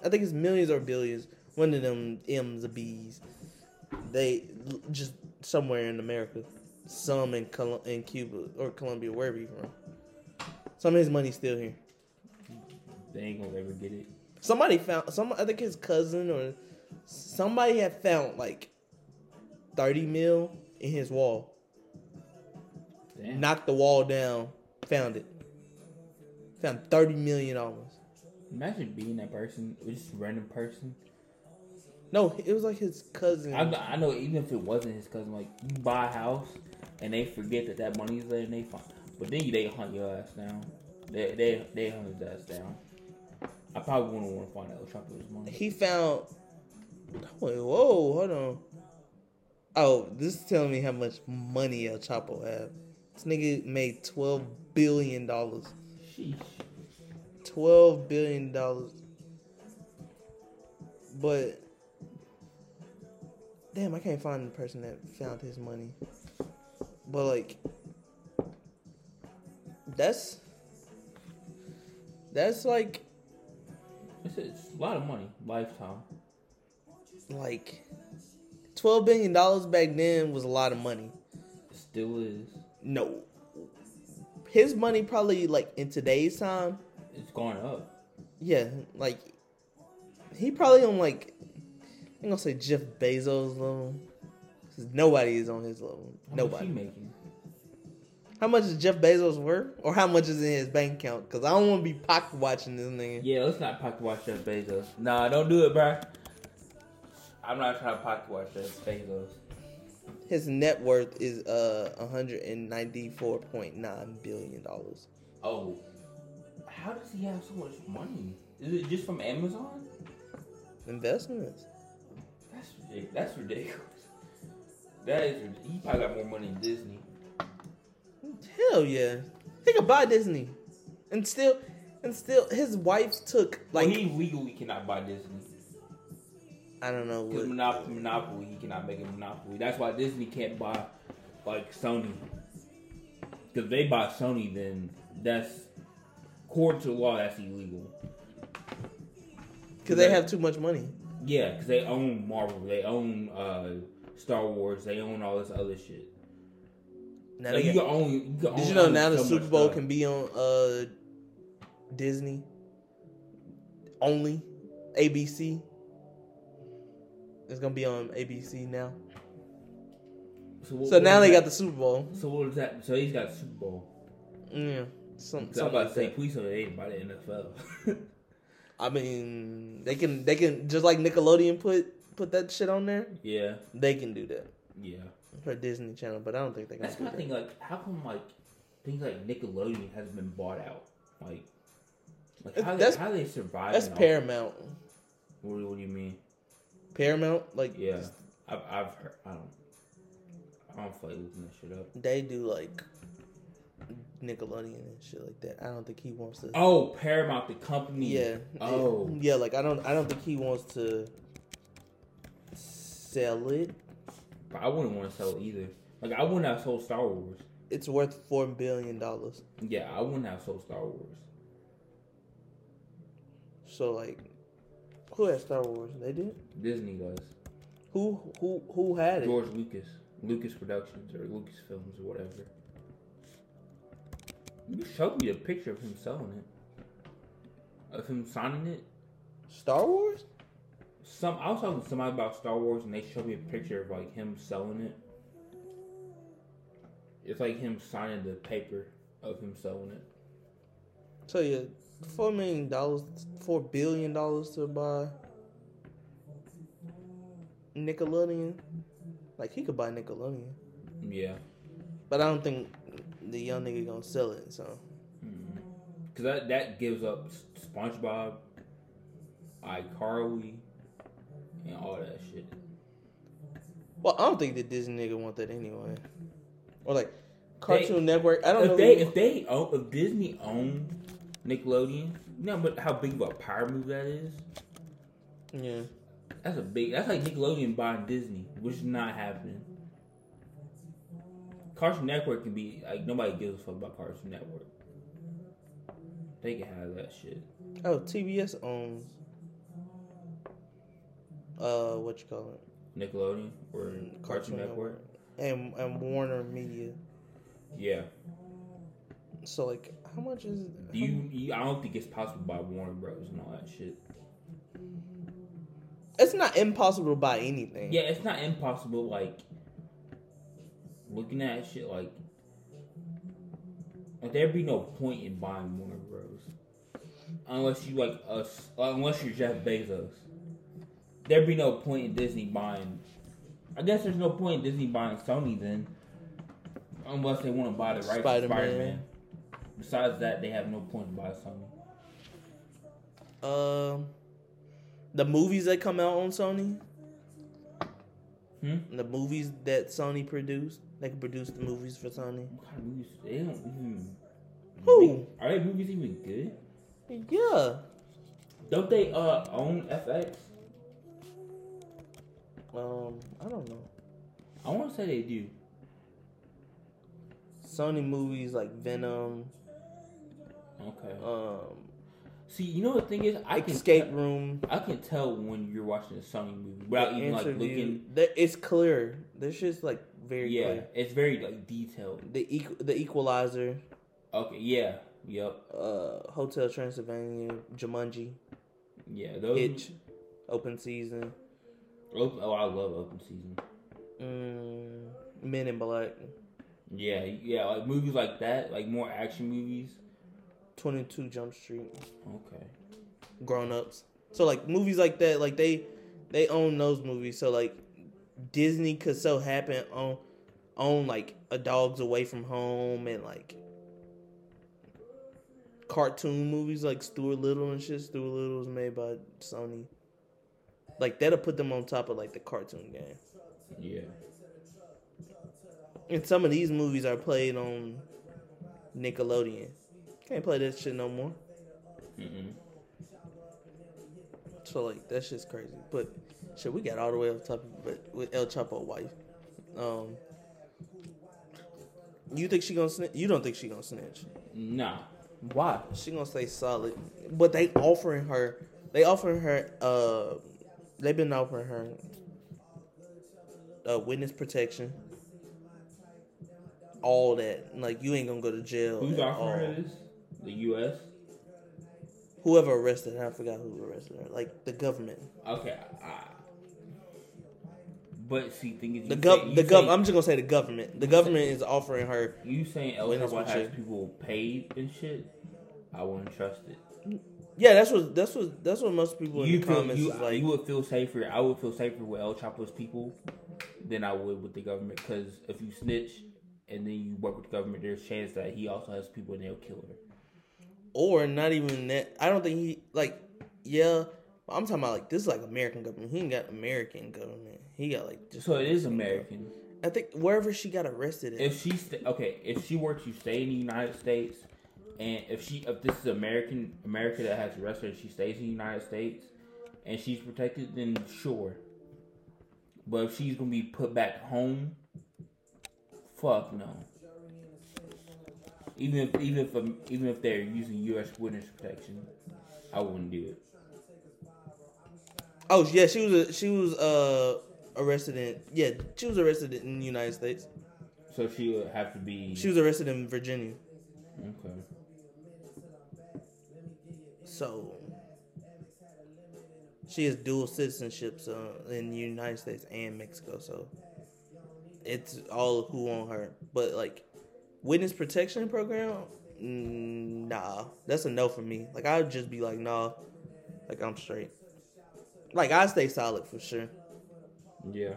I think it's millions or billions. One of them M's or B's. They l- just somewhere in America, some in Col- in Cuba or Colombia, wherever you from. Some of his money's still here.
They ain't gonna ever get it.
Somebody found some. I think his cousin or somebody had found like thirty mil in his wall.
Damn.
Knocked the wall down. Found it. Found thirty million dollars.
Imagine being that person, or just a random person.
No, it was like his cousin.
I, kn- I know even if it wasn't his cousin, like you buy a house and they forget that that money's there and they find, but then you they hunt your ass down. They they they hunt his ass down. I probably wouldn't want to find out El Chapo's money.
he found Wait, whoa, hold on. Oh, this is telling me how much money El Chapo had. This nigga made twelve billion dollars.
Sheesh.
Twelve billion dollars. But damn, I can't find the person that found his money. But like, that's that's like
It's, it's a lot of money, lifetime.
like twelve billion dollars back then was a lot of money.
It still is.
No, his money probably like in today's time.
It's gone up.
Yeah, like he probably on like I'm gonna say Jeff Bezos level. 'Cause Nobody is on his level.
How much
Nobody.
he making?
How much is Jeff Bezos worth, or how much is in his bank account? Because I don't want to be pocket watching this nigga.
Yeah, let's not pocket watch Jeff Bezos. Nah, don't do it, bruh. I'm not trying to pocket watch Jeff Bezos.
His net worth is uh 194.9 billion dollars.
Oh, how does he have so much money? Is it just from Amazon?
Investments.
That's ridic- that's ridiculous. That is ridiculous. He probably got more money than Disney.
Hell yeah. He could buy Disney, and still, and still, his wife took
Like
like
he legally cannot buy Disney.
I don't know
Because
what.
monop- monopoly, he cannot make a monopoly. That's why Disney can't buy like Sony. Because they buy Sony, then that's according to law, that's illegal.
Because they have too much money.
Yeah, because they own Marvel, they own uh, Star Wars, they own all this other shit.
Now
Like,
they
you
got-
can own, you can
Did
own
you know
own
now the
so
Super
much
Bowl
stuff.
can be on uh Disney only ABC? It's gonna be on ABC now.
what-
So
what
now
is
they
that?
got the Super Bowl.
So what is that? So he's got the Super Bowl.
Yeah, some,
'Cause I'm
something
about to
like
say,
that.
please don't hate about the NFL.
I mean, they can they can just like Nickelodeon put put that shit on there.
yeah,
They can do that
yeah.
for Disney Channel, but I don't think they can.
That's
do
my
that.
thing. Like, how come like things like Nickelodeon has been bought out? Like, like how,
That's-
they, how they survive?
That's
and all-
Paramount.
What, do- what do you mean?
Paramount, like
Yeah, I've, I've heard. I don't. I don't fuck looking that shit up.
they do like Nickelodeon and shit like that. I don't think he wants to.
Oh, Paramount, the company.
Yeah.
Oh,
Yeah, like I don't I don't think he wants to sell it.
but I wouldn't want to sell it either. Like, I wouldn't have sold Star Wars.
It's worth four billion dollars.
Yeah, I wouldn't have sold Star Wars.
So like who had Star Wars? They did?
Disney does.
Who who who had it?
George Lucas, Lucas Productions or Lucas Films or whatever. You showed me a picture of him selling it, of him signing it.
Star Wars?
Some I was talking to somebody about Star Wars and they showed me a picture of like him selling it. It's like him signing the paper of him selling it.
So yeah, four million dollars four billion dollars to buy Nickelodeon. Like he could buy Nickelodeon.
Yeah,
But I don't think the young nigga gonna sell it, so
because that that gives up S- SpongeBob, iCarly, and all that shit.
Well, I don't think that Disney nigga want that anyway. Or like Cartoon Network. I don't know.
If they
who-
if they own if Disney owned Nickelodeon, you know but how big of a power move that is.
yeah.
That's a big. That's like Nickelodeon buying Disney, which is not happening. Cartoon Network can be like nobody gives a fuck about Cartoon Network. They can have that shit.
Oh, TBS owns. Uh, what you call it?
Nickelodeon or Cartoon, Network.
And and Warner Media.
Yeah.
So like, how much is?
Do
how-
you, you? I don't think it's possible by Warner Bros. and all that shit.
It's not impossible to buy anything.
Yeah, it's not impossible. Like looking at shit, like like there'd be no point in buying Warner Bros. Unless you like us, unless you're Jeff Bezos, there'd be no point in Disney buying. I guess there's no point in Disney buying Sony then, unless they want to buy the rights Spider
Spider-Man.
Man. Besides that, they have no point in buying Sony.
Um, the movies that come out on Sony,
Hmm?
And the movies that Sony produced. They can produce the movies for Sony.
What kind of movies? They don't even.
Who?
Are they movies even good?
Yeah.
Don't they uh own FX?
Um, I don't know.
I want to say they do.
Sony movies like Venom,
Okay.
um,
See, you know the thing is, I can
Escape
te-
Room.
I can tell when you're watching a Sony movie without even like
interview.
looking.
That- it's clear. This shit's like very
yeah,
clear.
it's very like detailed.
The equ- the Equalizer,
Okay. Yeah. Yep.
uh, Hotel Transylvania, Jumanji,
Yeah. Those.
Hitch, Open Season,
Open, oh, I love open season.
mm, Men in Black,
Yeah. Yeah. Like movies like that, like more action movies.
Twenty Two Jump Street,
Okay.
Grown Ups. So like movies like that, like they they own those movies. So like Disney could so happen on own like a Dogs Away from Home and like cartoon movies like Stuart Little and shit. Stuart Little was made by Sony. Like that'll put them on top of like the cartoon game.
Yeah.
And some of these movies are played on Nickelodeon. Can't play that shit no more.
Mm-mm.
So like that shit's crazy. But shit, we got all the way up top but with El Chapo wife. Um You think she gonna snitch? You don't think she gonna snitch?
Nah.
Why? She gonna stay solid. But they offering her they offering her uh they've been offering her uh witness protection. All that. Like you ain't gonna go to jail.
Who's
at
offering
all.
her this? The U.S.
Whoever arrested her, I forgot who arrested her. Like the government.
Okay. I, but see, thing is, you
The
say-
gov,
you
the gov.
say-
I'm just gonna say the government. The government is offering her.
You saying El
Wait, that's
Chapo
what
has
you-
people paid and shit? I wouldn't trust it.
Yeah, that's what that's what that's what most people in
You
the
feel,
comments
you,
is like.
you would feel safer. I would feel safer with El Chapo's people than I would with the government. Because if you snitch and then you work with the government, there's a chance that he also has people and they'll kill her.
or not even that. I don't think he like. Yeah, but I'm talking about like this is like American government. He ain't got American government. He got like just.
So it is American.
I think wherever she got arrested, at,
If she sta okay, if she were to stay in the United States, and if she if this is American America that has arrested her, she stays in the United States, and she's protected, then sure. But if she's gonna be put back home, fuck no. Even if even if um, even if they're using U.S. witness protection, I wouldn't do it.
oh yeah, she was a, she was uh arrested in yeah she was arrested in the United States.
So she would have to be
She was arrested in Virginia.
okay.
So she has dual citizenships uh, in the United States and Mexico. So it's all who on her. But like witness protection program, mm, nah, that's a no for me. Like I'd just be like, nah, like I'm straight. Like I stay solid for sure,
Yeah,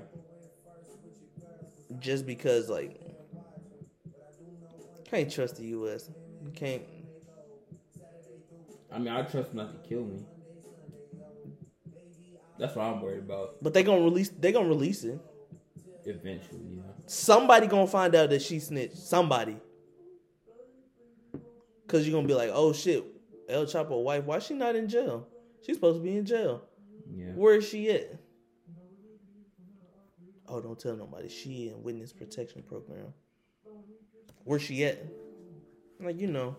just because like can't trust the U.S. You can't.
I mean I trust them not to kill me. That's what I'm worried about.
But they gonna release. They gonna release it.
Eventually, yeah.
somebody gonna find out that she snitched. Somebody. Cause you're gonna be like, oh shit, El Chapo wife, why she not in jail? She's supposed to be in jail.
Yeah.
Where is she at? Oh, don't tell nobody. She in witness protection program. Where's she at? Like you know,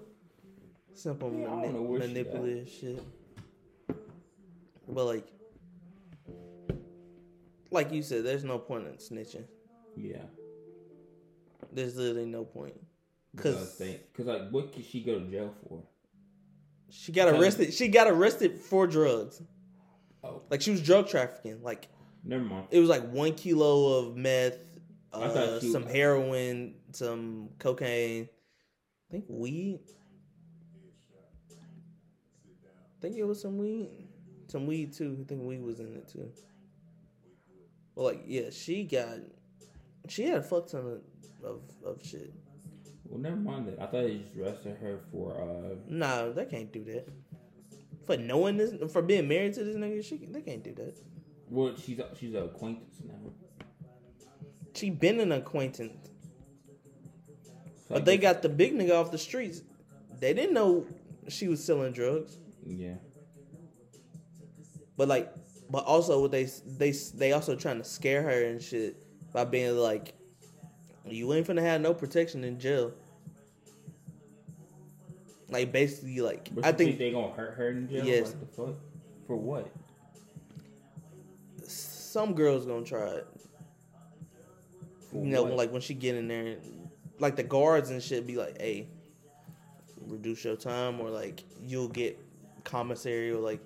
simple
Yeah, I don't
mani-
know where she at.
manipulative shit. But like, like you said, there's no point in snitching.
Yeah.
There's literally no point.
Because
Cause
cause like what could she go to jail for?
she got
Tell
arrested. She got arrested for drugs.
Oh.
Like she was drug trafficking. Like
Never mind.
it was like one kilo of meth,
I thought
uh,
she-
some heroin, some cocaine. I think weed. I think it was some weed. Some weed too. I think weed was in it too. But like yeah, she got she had a fuck ton of of, of shit.
Well never mind that. I thought they just arrested her for uh
Nah, they can't do that. For knowing this, for being married to this nigga, she they can't do that.
well she's she's an acquaintance now.
She been an acquaintance,
So I
but they
guess-
got the big nigga off the streets. They didn't know she was selling drugs,
Yeah.
but like, but also what they they they also trying to scare her and shit by being like, you ain't finna have no protection in jail. Like basically, like
But
I
you think,
think
they gonna hurt her in jail.
Yes.
Like the fuck? For what?
some girls gonna try it.
For
you know,
what?
like when she get in there, like the guards and shit be like, "Hey, reduce your time," or like you'll get commissary, or like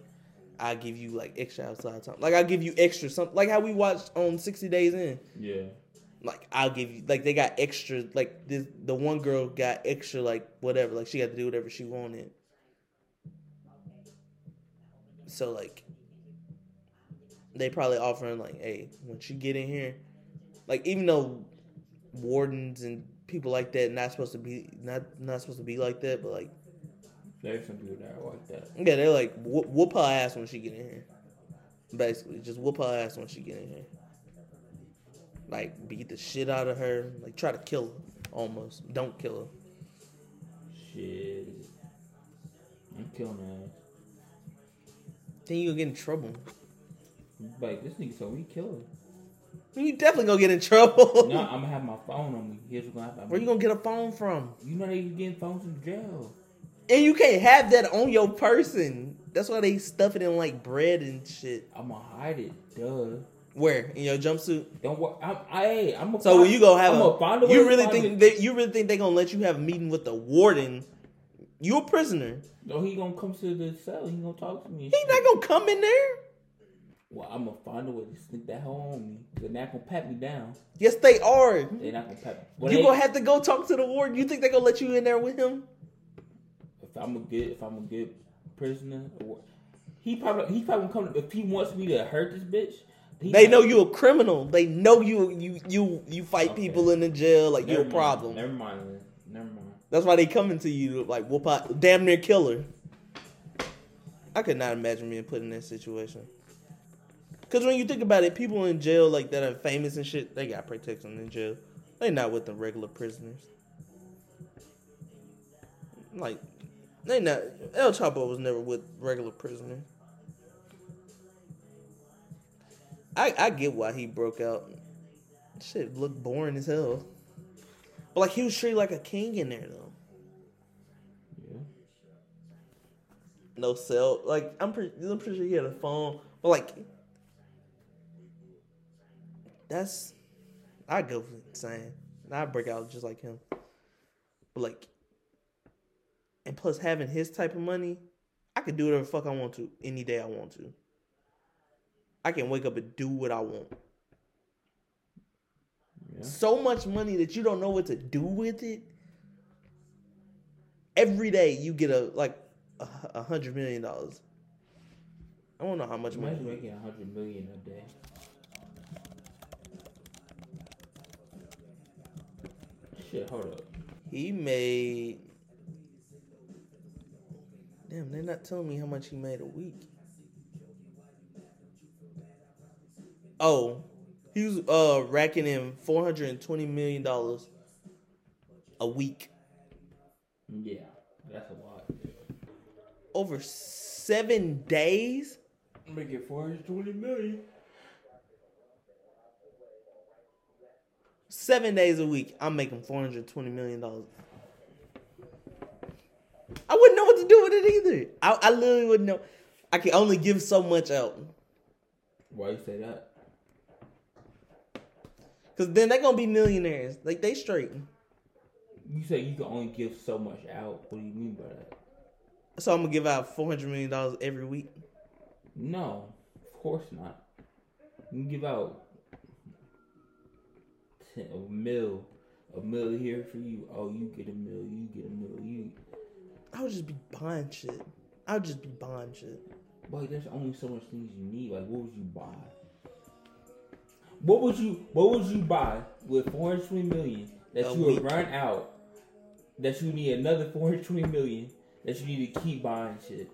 I give you like extra outside time, like I give you extra something, like how we watched on sixty days in.
Yeah.
Like I'll give you, like they got extra, like this, the one girl got extra, like whatever, like she got to do whatever she wanted. So like, they probably offering like, hey, when she get in here, like even though wardens and people like that not supposed to be not not supposed to be like that, but like
There's some people that are like that.
yeah, they're like whoop, whoop her ass when she get in here. Basically, just whoop her ass when she get in here. Like beat the shit out of her, like try to kill her almost. Don't kill her.
Shit. I'm killing her ass.
Then you'll get in trouble.
Like this nigga told me to kill
You definitely gonna get in trouble.
her. no, I'm gonna have my phone on me. Here's what's gonna happen.
Where you gonna get a phone from?
You're not even getting phones in jail.
And you can't have that on your person. That's why they stuff it in like bread and shit.
I'm gonna hide it. Duh.
Where in your jumpsuit?
Don't worry. I'm. I. I'm.
So when you go have
I'm
a,
gonna find a way
you
to
really
find
think
it.
they, you really think they gonna let you have a meeting with the warden? You a prisoner.
No, he gonna come to the cell. He gonna talk to me. and
He
shit.
not gonna come in there.
Well, I'm gonna find a way to sneak that hoe on me. They're not gonna pat me down.
Yes, they are.
They're not gonna pat. Me. Well,
you
they-
gonna have to go talk to the warden. You think they gonna let you in there with him?
if I'm a good, if I'm a good prisoner, or, he probably he probably gonna come. If he wants me to hurt this bitch, he
They
might-
know you a criminal. They know you you you you fight
Okay.
people in the jail like
Never
you're a
mind.
problem.
Never mind. then. Never mind.
That's why they coming to you to, like whoop out, damn near killer. I could not imagine being put in that situation. Cause when you think about it, people in jail like that are famous and shit, they got protection in jail. They not with the regular prisoners. Like, they not El Chapo was never with regular prisoners. I I get why he broke out. Shit looked boring as hell. But like he was treated like a king in there though.
Yeah.
no cell. Like I'm pretty, I'm pretty sure he had a phone, but like that's I go insane. I break out just like him, but like, and plus having his type of money, I could do whatever the fuck I want to any day I want to. I can wake up and do what I want.
Yeah.
So much money that you don't know what to do with it. Every day you get a like a hu- a hundred million dollars. I don't know how much
Imagine
money.
making a hundred million a day. Shit, hold up.
He made. Damn, they're not telling me how much he made a week. Oh, he was uh racking in four hundred and twenty million dollars a week
Yeah, that's a lot.
over seven days.
Make it four hundred twenty million.
Seven days a week, I'm making four hundred twenty million dollars. I wouldn't know what to do with it either. I, I literally wouldn't know. I can only give so much out.
Why you say that?
Cause then they're gonna be millionaires. Like they straight.
You say you can only give so much out. What do you mean by that?
So I'm gonna give out four hundred million dollars every week.
No, of course not. You can give out ten, a mil, a mil here for you. Oh, you get a mil. You get a mil. You
I would just be buying shit. I would just be buying shit.
like there's only so much things you need. Like, what would you buy? What would you What would you buy with 420 million that
A
you would
week.
run out? That you need another 420 million. That you need to keep buying shit.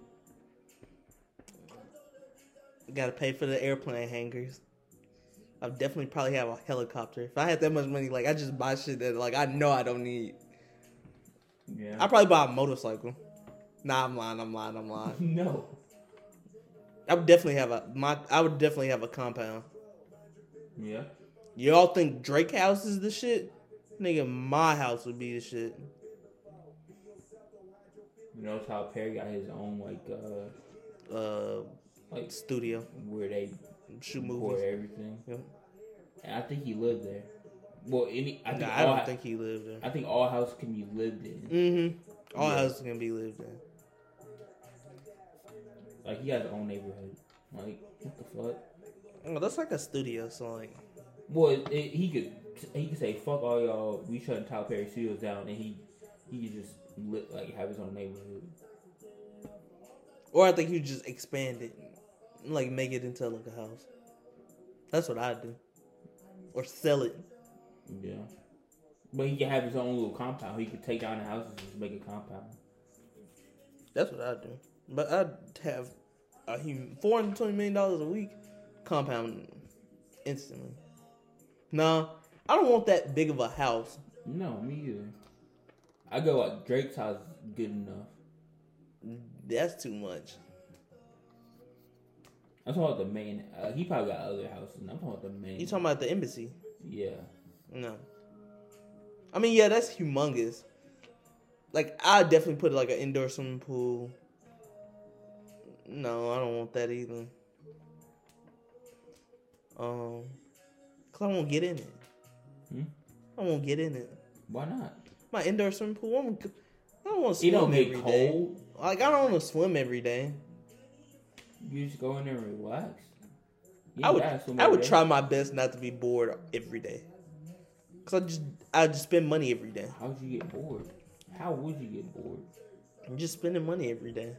Gotta pay for the airplane hangars. I would definitely probably have a helicopter. If I had that much money, like I just buy shit that like I know I don't need.
Yeah.
I probably buy a motorcycle. Nah, I'm lying. I'm lying. I'm lying.
no.
I would definitely have a my. I would definitely have a compound.
Yeah.
Y'all think Drake house is the shit? Nigga, my house would be the shit.
You notice how Perry got his own like uh
Uh,
like
studio,
where they
shoot
record
movies.
everything.
Yeah.
And I think he lived there. Well, any I think
Nah,
all,
I don't think he lived there.
I think all houses can be lived in.
Mm-hmm. All
Yeah.
houses can be lived in.
Like he has his own neighborhood. Like what the fuck?
Oh, that's like a studio, so like
Well, it, it, he could he could say fuck all y'all. We shutting Tyler Perry Studios down, and he he could just li- like have his own neighborhood.
or I think you just expand it. Like make it into like a house. That's what I do. Or sell it.
Yeah. But he could have his own little compound. He could take down the houses and just make a compound.
That's what I do. But I'd have a hum- four hundred twenty million dollars a week compound instantly. Nah, I don't want that big of a house.
No, me either. I go like Drake's house is good enough.
That's too much.
I'm talking about the main. Uh, he probably got other houses. I'm talking about the main.
You talking about the embassy?
Yeah.
No. I mean, yeah, that's humongous. Like, I definitely put like an indoor swimming pool. No, I don't want that either. Um, cause I won't get in it.
Hmm?
I won't get in it.
Why not?
My indoor swimming pool. I'm, I don't want to
It
swim
don't
every
get
day.
cold.
Like, I don't want to swim every day.
You just go in there and relax. You
I
ain't
would
gotta swim
I
every
would
day.
try my best not to be bored every day. Cause I just I just spend money every day.
How would you get bored? How would you get bored?
I'm just spending money every day.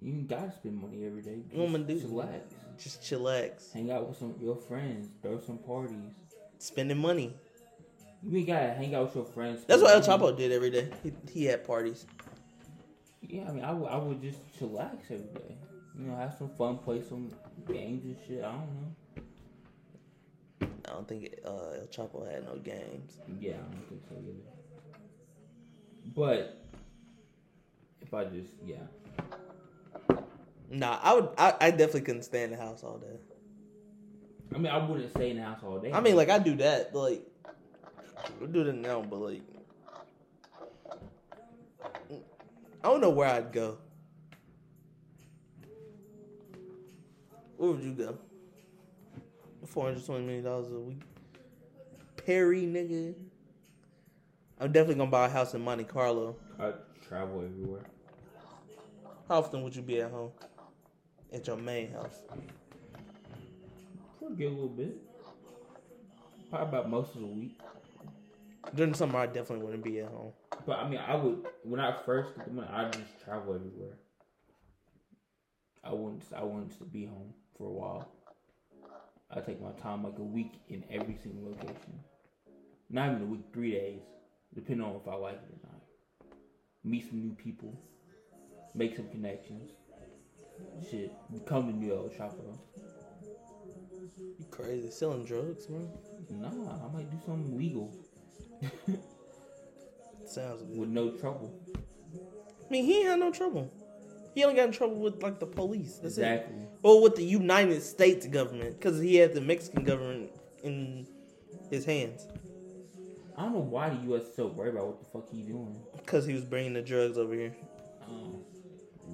You ain't gotta spend money every day. Just
What I'ma do?
Relax.
Just chillax.
Hang out with some your friends. Throw some parties.
Spending money.
You ain't gotta hang out with your friends.
That's what El
spend money.
Chapo did every day. He, he had parties.
Yeah, I mean, I would, I would just chillax every day. You know, have some fun, play some games and shit. I don't know.
I don't think uh, El Chapo had no games.
Yeah, I don't think so either. But if I just, yeah,
Nah, I would. I, I definitely couldn't stay in the house all day.
I mean, I wouldn't stay in the house all day.
I mean, like I do that, but like I do that now, but like I don't know where I'd go. Where would you go? Four hundred twenty million dollars a week. Perry, nigga. I'm definitely gonna buy a house in Monte Carlo.
I travel everywhere.
How often would you be at home? At your main house.
Probably get a little bit. Probably about most of the week.
During the summer, I definitely wouldn't be at home.
But I mean, I would when I first get the money, I just travel everywhere. I wouldn't. I wouldn't to be home for a while. I take my time like a week in every single location. Not even a week, three days, depending on if I like it or not. Meet some new people, make some connections. Shit, come to New El Chapo.
You crazy selling drugs, man?
Nah, I might do something legal
Sounds good.
with no trouble.
I mean, he ain't had no trouble. He only got in trouble with like the police. That's it.
exactly.
Or with the United States government, because he had the Mexican government in his hands,
I don't know why the U.S. is so worried about what the fuck he doing.
because he was bringing the drugs over here,
Oh.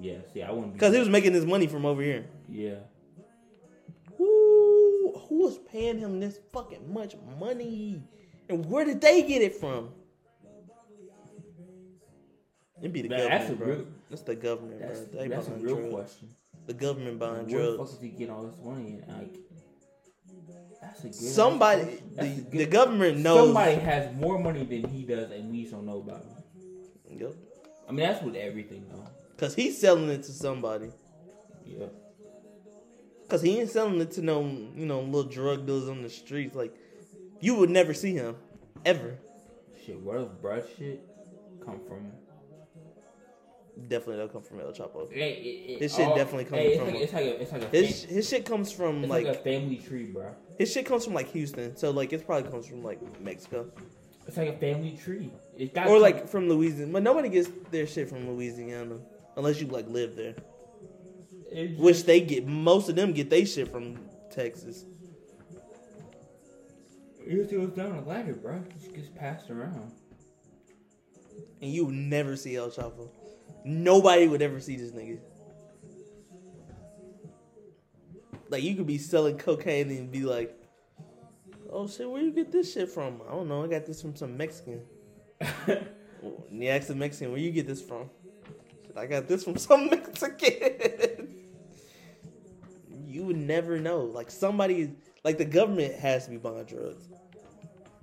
Yeah, see, I wouldn't be.
because he was making his money from over here.
Yeah.
Who who was paying him this fucking much money, and where did they get it from? It'd be the
Man,
government,
that's a
bro.
real-
that's the government,
That's,
bro. They
that's a
buying
real
drugs.
question.
The government
Where
buying
the
drugs.
fuck is he getting all this money? And like, that's a good.
Somebody,
that's
the,
a good-
the government knows.
Somebody has more money than he does, and we just don't know about it.
Yep.
I mean, that's with everything, though.
Cause he's selling it to somebody.
Yeah.
Cause he ain't selling it to no, you know, little drug dealers on the streets. Like, you would never see him, ever.
Shit, where does bruh shit come from?
definitely don't come from El Chapo.
Hey, it- it-
This shit
all-
definitely comes
hey, it's
from-
Like, it's like a, it's like a,
His
fam-
his shit comes from
it's
like,
like, a family tree, bro.
his shit comes from like Houston, so like it probably comes from like Mexico
It's like a family tree. It got
or like from Louisiana. But nobody gets their shit from Louisiana unless you like live there,
it's
which they get. Most of them get they shit from Texas.
It goes down a ladder, bro. It just gets passed around.
and you would never see El Chapo. Nobody would ever see this nigga. Like you could be selling cocaine and be like, "Oh shit, where you get this shit from?" I don't know. I got this from some Mexican. And you ask the Mexican, "Where you get this from?" Shit, I got this from some Mexican. you would never know. Like somebody, like the government has to be buying drugs.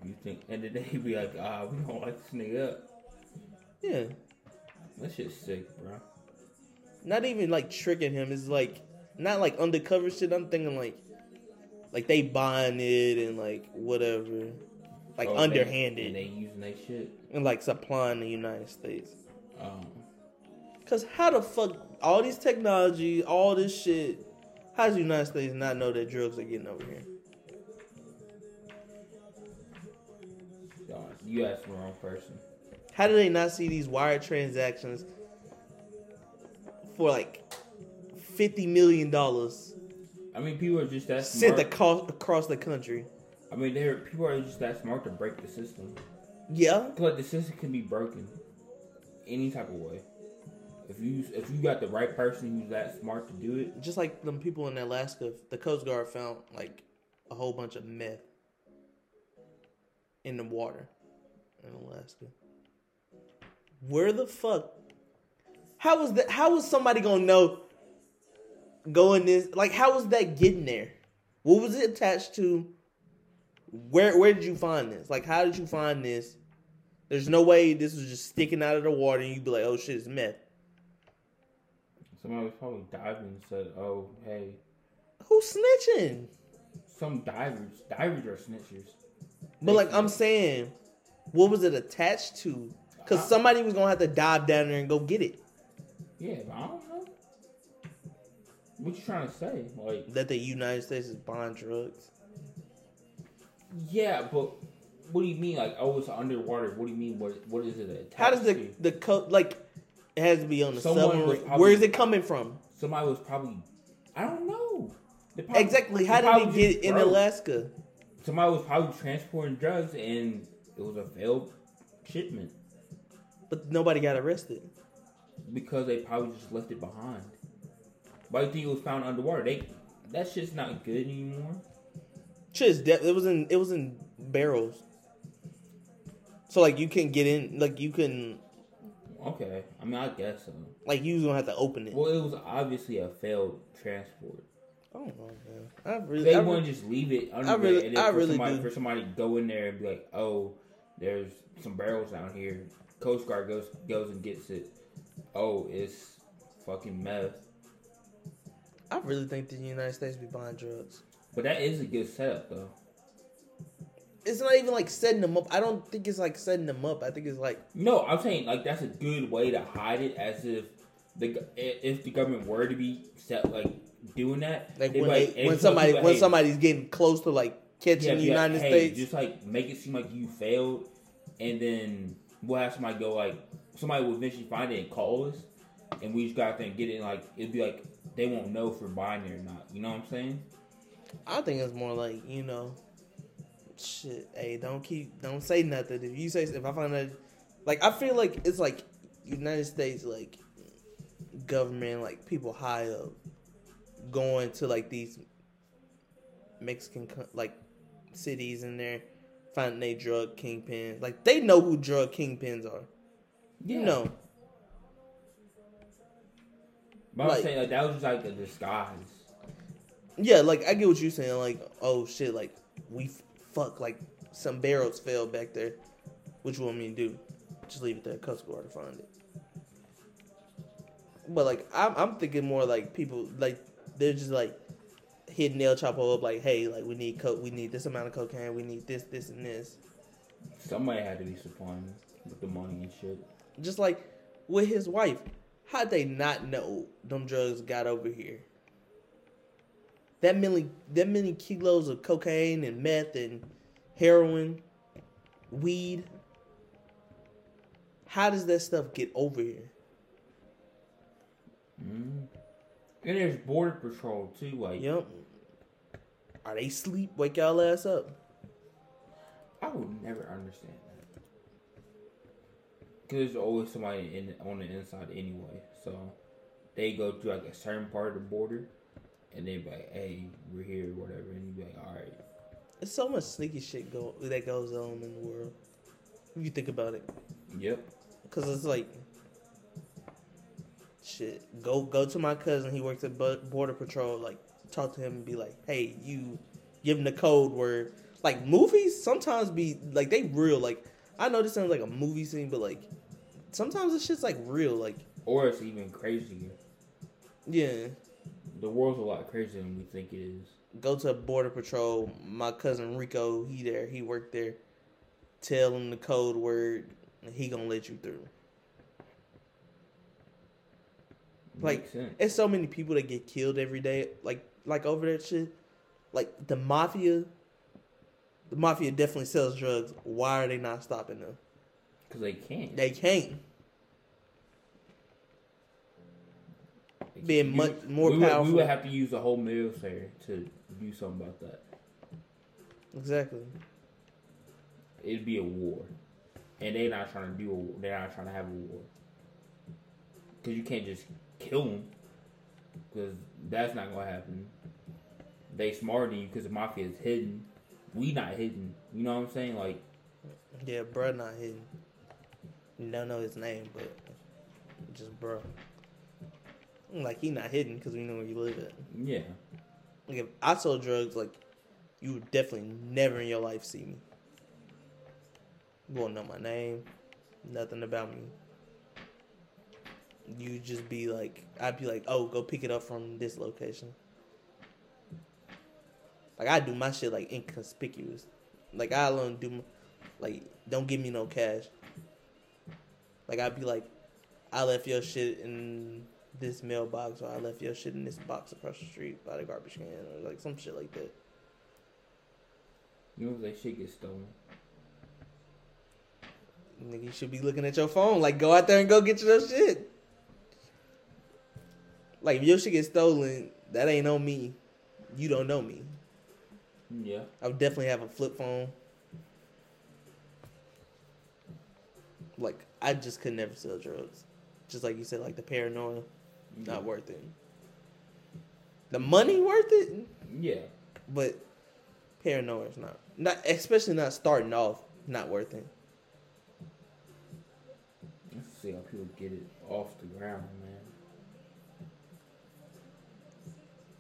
you think, and then they be like, ah, we don't like this nigga up.
Yeah.
That shit's sick, bro.
not even like tricking him. It's like not like undercover shit. I'm thinking like like they buying it and like whatever, like
Oh, and they-
underhanded
And they using that shit.
and like supplying the United States.
Um,
Cause how the fuck all these technology, all this shit, how does the United States not know that drugs are getting over here?
y'all- you asked the wrong person.
How do they not see these wire transactions for like fifty million dollars
I mean, people are just that
sent
smart.
across across the country?
I mean, they're people are just that smart to break the system.
Yeah,
But the system can be broken any type of way. If you if you got the right person who's that smart to do it,
just like them people in Alaska, the Coast Guard found like a whole bunch of meth in the water in Alaska. Where the fuck? How was that? How was somebody gonna know going this? Like, how was that getting there? What was it attached to? Where Where did you find this? Like, how did you find this? There's no way this was just sticking out of the water, and you'd be like, "Oh shit, it's meth."
somebody was probably diving and said, "Oh, hey,
Who's snitching?
some divers divers are snitchers."
But like I'm saying, what was it attached to?
Uh,
Because somebody was gonna have to dive down there and go get it.
Yeah, but I don't know. What you trying to say? Like,
That the United States is buying drugs.
yeah, but what do you mean? Like, oh, it's underwater. What do you mean? What what is it? Attached
How does the
to?
the co- like? It has to be on the
Someone was
submarine.
probably-
Where is it coming from?
somebody was probably? I don't know. They probably-
Exactly.
they
How did it
probably
get
just
in
broke.
Alaska?
Somebody was probably transporting drugs, and it was a failed shipment
But nobody got arrested.
because they probably just left it behind. Why do you think it was found underwater? They that shit's not good anymore.
Shit's de- it was in it was in barrels. So like you couldn't get in. Like you couldn't.
Okay, I mean, I guess so.
Like you was gonna have to open it.
Well, it was obviously a failed transport.
I don't know, man. I really.
They
I
want
really
to just leave it under
I really-
there, and then
I
for,
really
somebody,
do.
for somebody to go in there and be like, "Oh, there's some barrels down here." Coast Guard goes goes and gets it. Oh, it's fucking meth.
I really think the United States be buying drugs.
But that is a good setup, though.
it's not even like setting them up. I don't think it's like setting them up. I think it's like
No, I'm saying like that's a good way to hide it, as if the go- i- if the government were to be set like doing that,
like
they'd
when they,
be hey,
when
just
somebody
like,
when
hey,
somebody's getting close to like catching
yeah,
the
be like,
United
hey,
States.
just like make it seem like you failed, and then we'll have somebody go like somebody will eventually find it and call us, and we just go out there and get it. And, like it'd be like they won't know if we're buying it or not. You know what I'm saying?
I think it's more like you know, shit. Hey, don't keep don't say nothing. If you say if I find that, like I feel like it's like United States like government like people high up going to like these Mexican co- like cities in there finding they drug kingpins. Like they know who drug kingpins are. You
Yeah.
know.
But
Like-
I'm saying like that was just like a disguise.
Yeah, like I get what you're saying. Like, oh shit, like we f- fuck, like some barrels fell back there. What you want me to do? Just leave it there. Coast Guard to find it. But like, I'm, I'm thinking more like people like they're just like hitting El Chapo up, like, hey, like we need co- we need this amount of cocaine, we need this, this, and this.
Somebody had to be supplying with the money and shit.
Just like with his wife, How'd they not know them drugs got over here? That many, that many kilos of cocaine and meth and heroin, weed. How does that stuff get over here?
Mm. And there's border patrol too. Like,
Yep. Are they sleep? Wake y'all ass up.
I would never understand that. Cause there's always somebody in on the inside anyway. So they go to like a certain part of the border, and they be like, "Hey, we're here, whatever." And you be like, "All right."
There's so much sneaky shit go that goes on in the world. If you think about it,
Yep.
because it's like, shit. Go go to my cousin. He works at bu- border patrol. Like, talk to him and be like, hey, you give him the code word. Like movies sometimes be like they real. Like I know this sounds like a movie scene, but like sometimes this shit's like real. Like
Or it's even crazier.
yeah.
The world's a lot crazier than we think it is.
go to border patrol. My cousin Rico, he there, he worked there. Tell him the code word, and he gonna let you through. Like,
Makes sense.
It's so many people that get killed every day, like like over that shit. Like the mafia, the mafia definitely sells drugs. Why are they not stopping them?
Cause they can't.
They can't. being
You-
much more
we would-
powerful.
we would have to use the whole mail fair to do something about that.
Exactly.
It'd be a war, and they're not trying to do. A, they're not trying to have a war because you can't just kill them because that's not gonna happen. They smarter than you because the mafia is hidden. We not hidden. You know what I'm saying? Like
Yeah, bruh, not hidden. You don't know his name, but just bruh. Like he not hidden because we know where you live at.
yeah,
Like if I sold drugs, like you would definitely never in your life see me. You won't know my name, nothing about me. You just be like, I'd be like, oh, go pick it up from this location. Like I do my shit like inconspicuous. Like I alone do, my, like don't give me no cash. Like I'd be like, I left your shit in this mailbox or I left your shit in this box across the street by the garbage can or like some shit like that.
you know if that shit gets stolen.
Nigga, you should be looking at your phone. Like, go out there and go get your shit. Like, if your shit gets stolen, that ain't on me. You don't know me.
Yeah,
I would definitely have a flip phone. Like, I just could never sell drugs. Just like you said, like the paranoia, not worth it. The money worth it?
Yeah,
But paranoia is not. Not especially not starting off, not worth it.
let's see how people get it off the ground, man.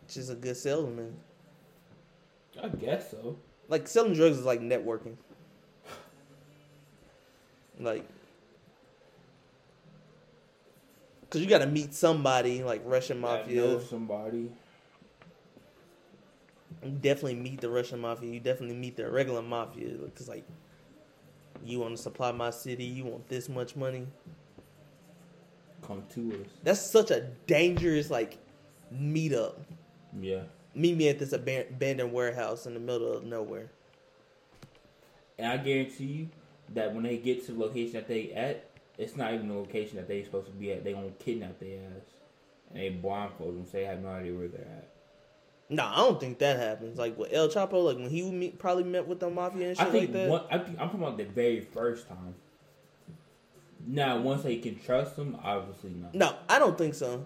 Just a good salesman.
I guess so.
Like selling drugs is like networking. Like Cause you gotta meet somebody like Russian
I
mafia.
know somebody.
You definitely meet the Russian mafia. You definitely meet the regular mafia. Cause like, you want to supply my city. You want this much money.
Come to us.
That's such a dangerous like meetup.
Yeah.
meet me at this aban- abandoned warehouse in the middle of nowhere.
And I guarantee you that when they get to the location that they at, it's not even the location that they supposed to be at. They gonna kidnap their ass. And they blindfold them so they have no idea where they're at.
No, I don't think that happens. Like with El Chapo, like when he would meet, probably met with the mafia and
I
shit
think
like that.
one, I think I'm talking about the very first time. Now once they can trust them, obviously not.
no, I don't think so.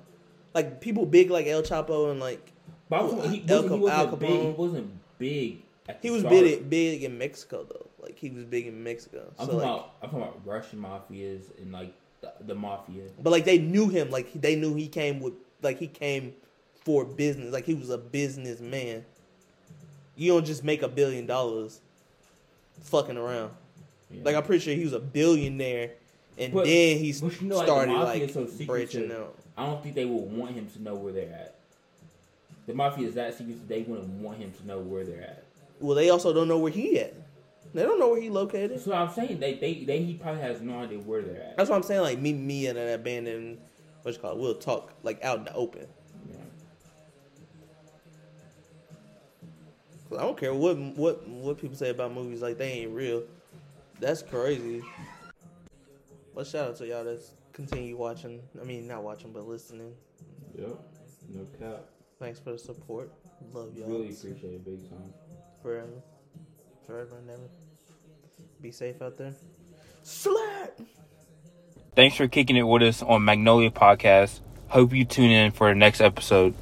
Like people big like El Chapo and like
But I'm talking- he,
Al
wasn't, he,
Cap- Al
wasn't big, he
Capone.
wasn't big. At the
he was
start.
big big in Mexico though. Like he was big in Mexico.
I'm
So
talking
like,
about I'm talking about Russian mafias and like the, the mafia.
but like they knew him. Like they knew he came with like he came for business. Like he was a businessman. You don't just make a billion dollars fucking around.
Yeah.
Like I'm pretty sure he was a billionaire, and
But-
then he
but you know, like, the
started
mafia
like,
is so secretive.
branching out.
I don't think they would want him to know where they're at. The mafia is that secret that they wouldn't want him to know where they're at.
Well, they also don't know where he at. They don't know where he located.
That's what I'm saying. They, they, they, he probably has no idea where they're at.
That's why I'm saying like meet me at an abandoned what you call it? We'll talk like out in the open.
Yeah.
'Cause I don't care what what what people say about movies like they ain't real. That's crazy. But shout out to y'all that's continue watching. I mean, not watching, but listening.
Yep. No cap.
Thanks for the support. Love y'all.
Really appreciate it big time.
Forever. Forever and ever. Be safe out there. Slap!
Thanks for kicking it with us on Magnolia Podcast. Hope you tune in for the next episode.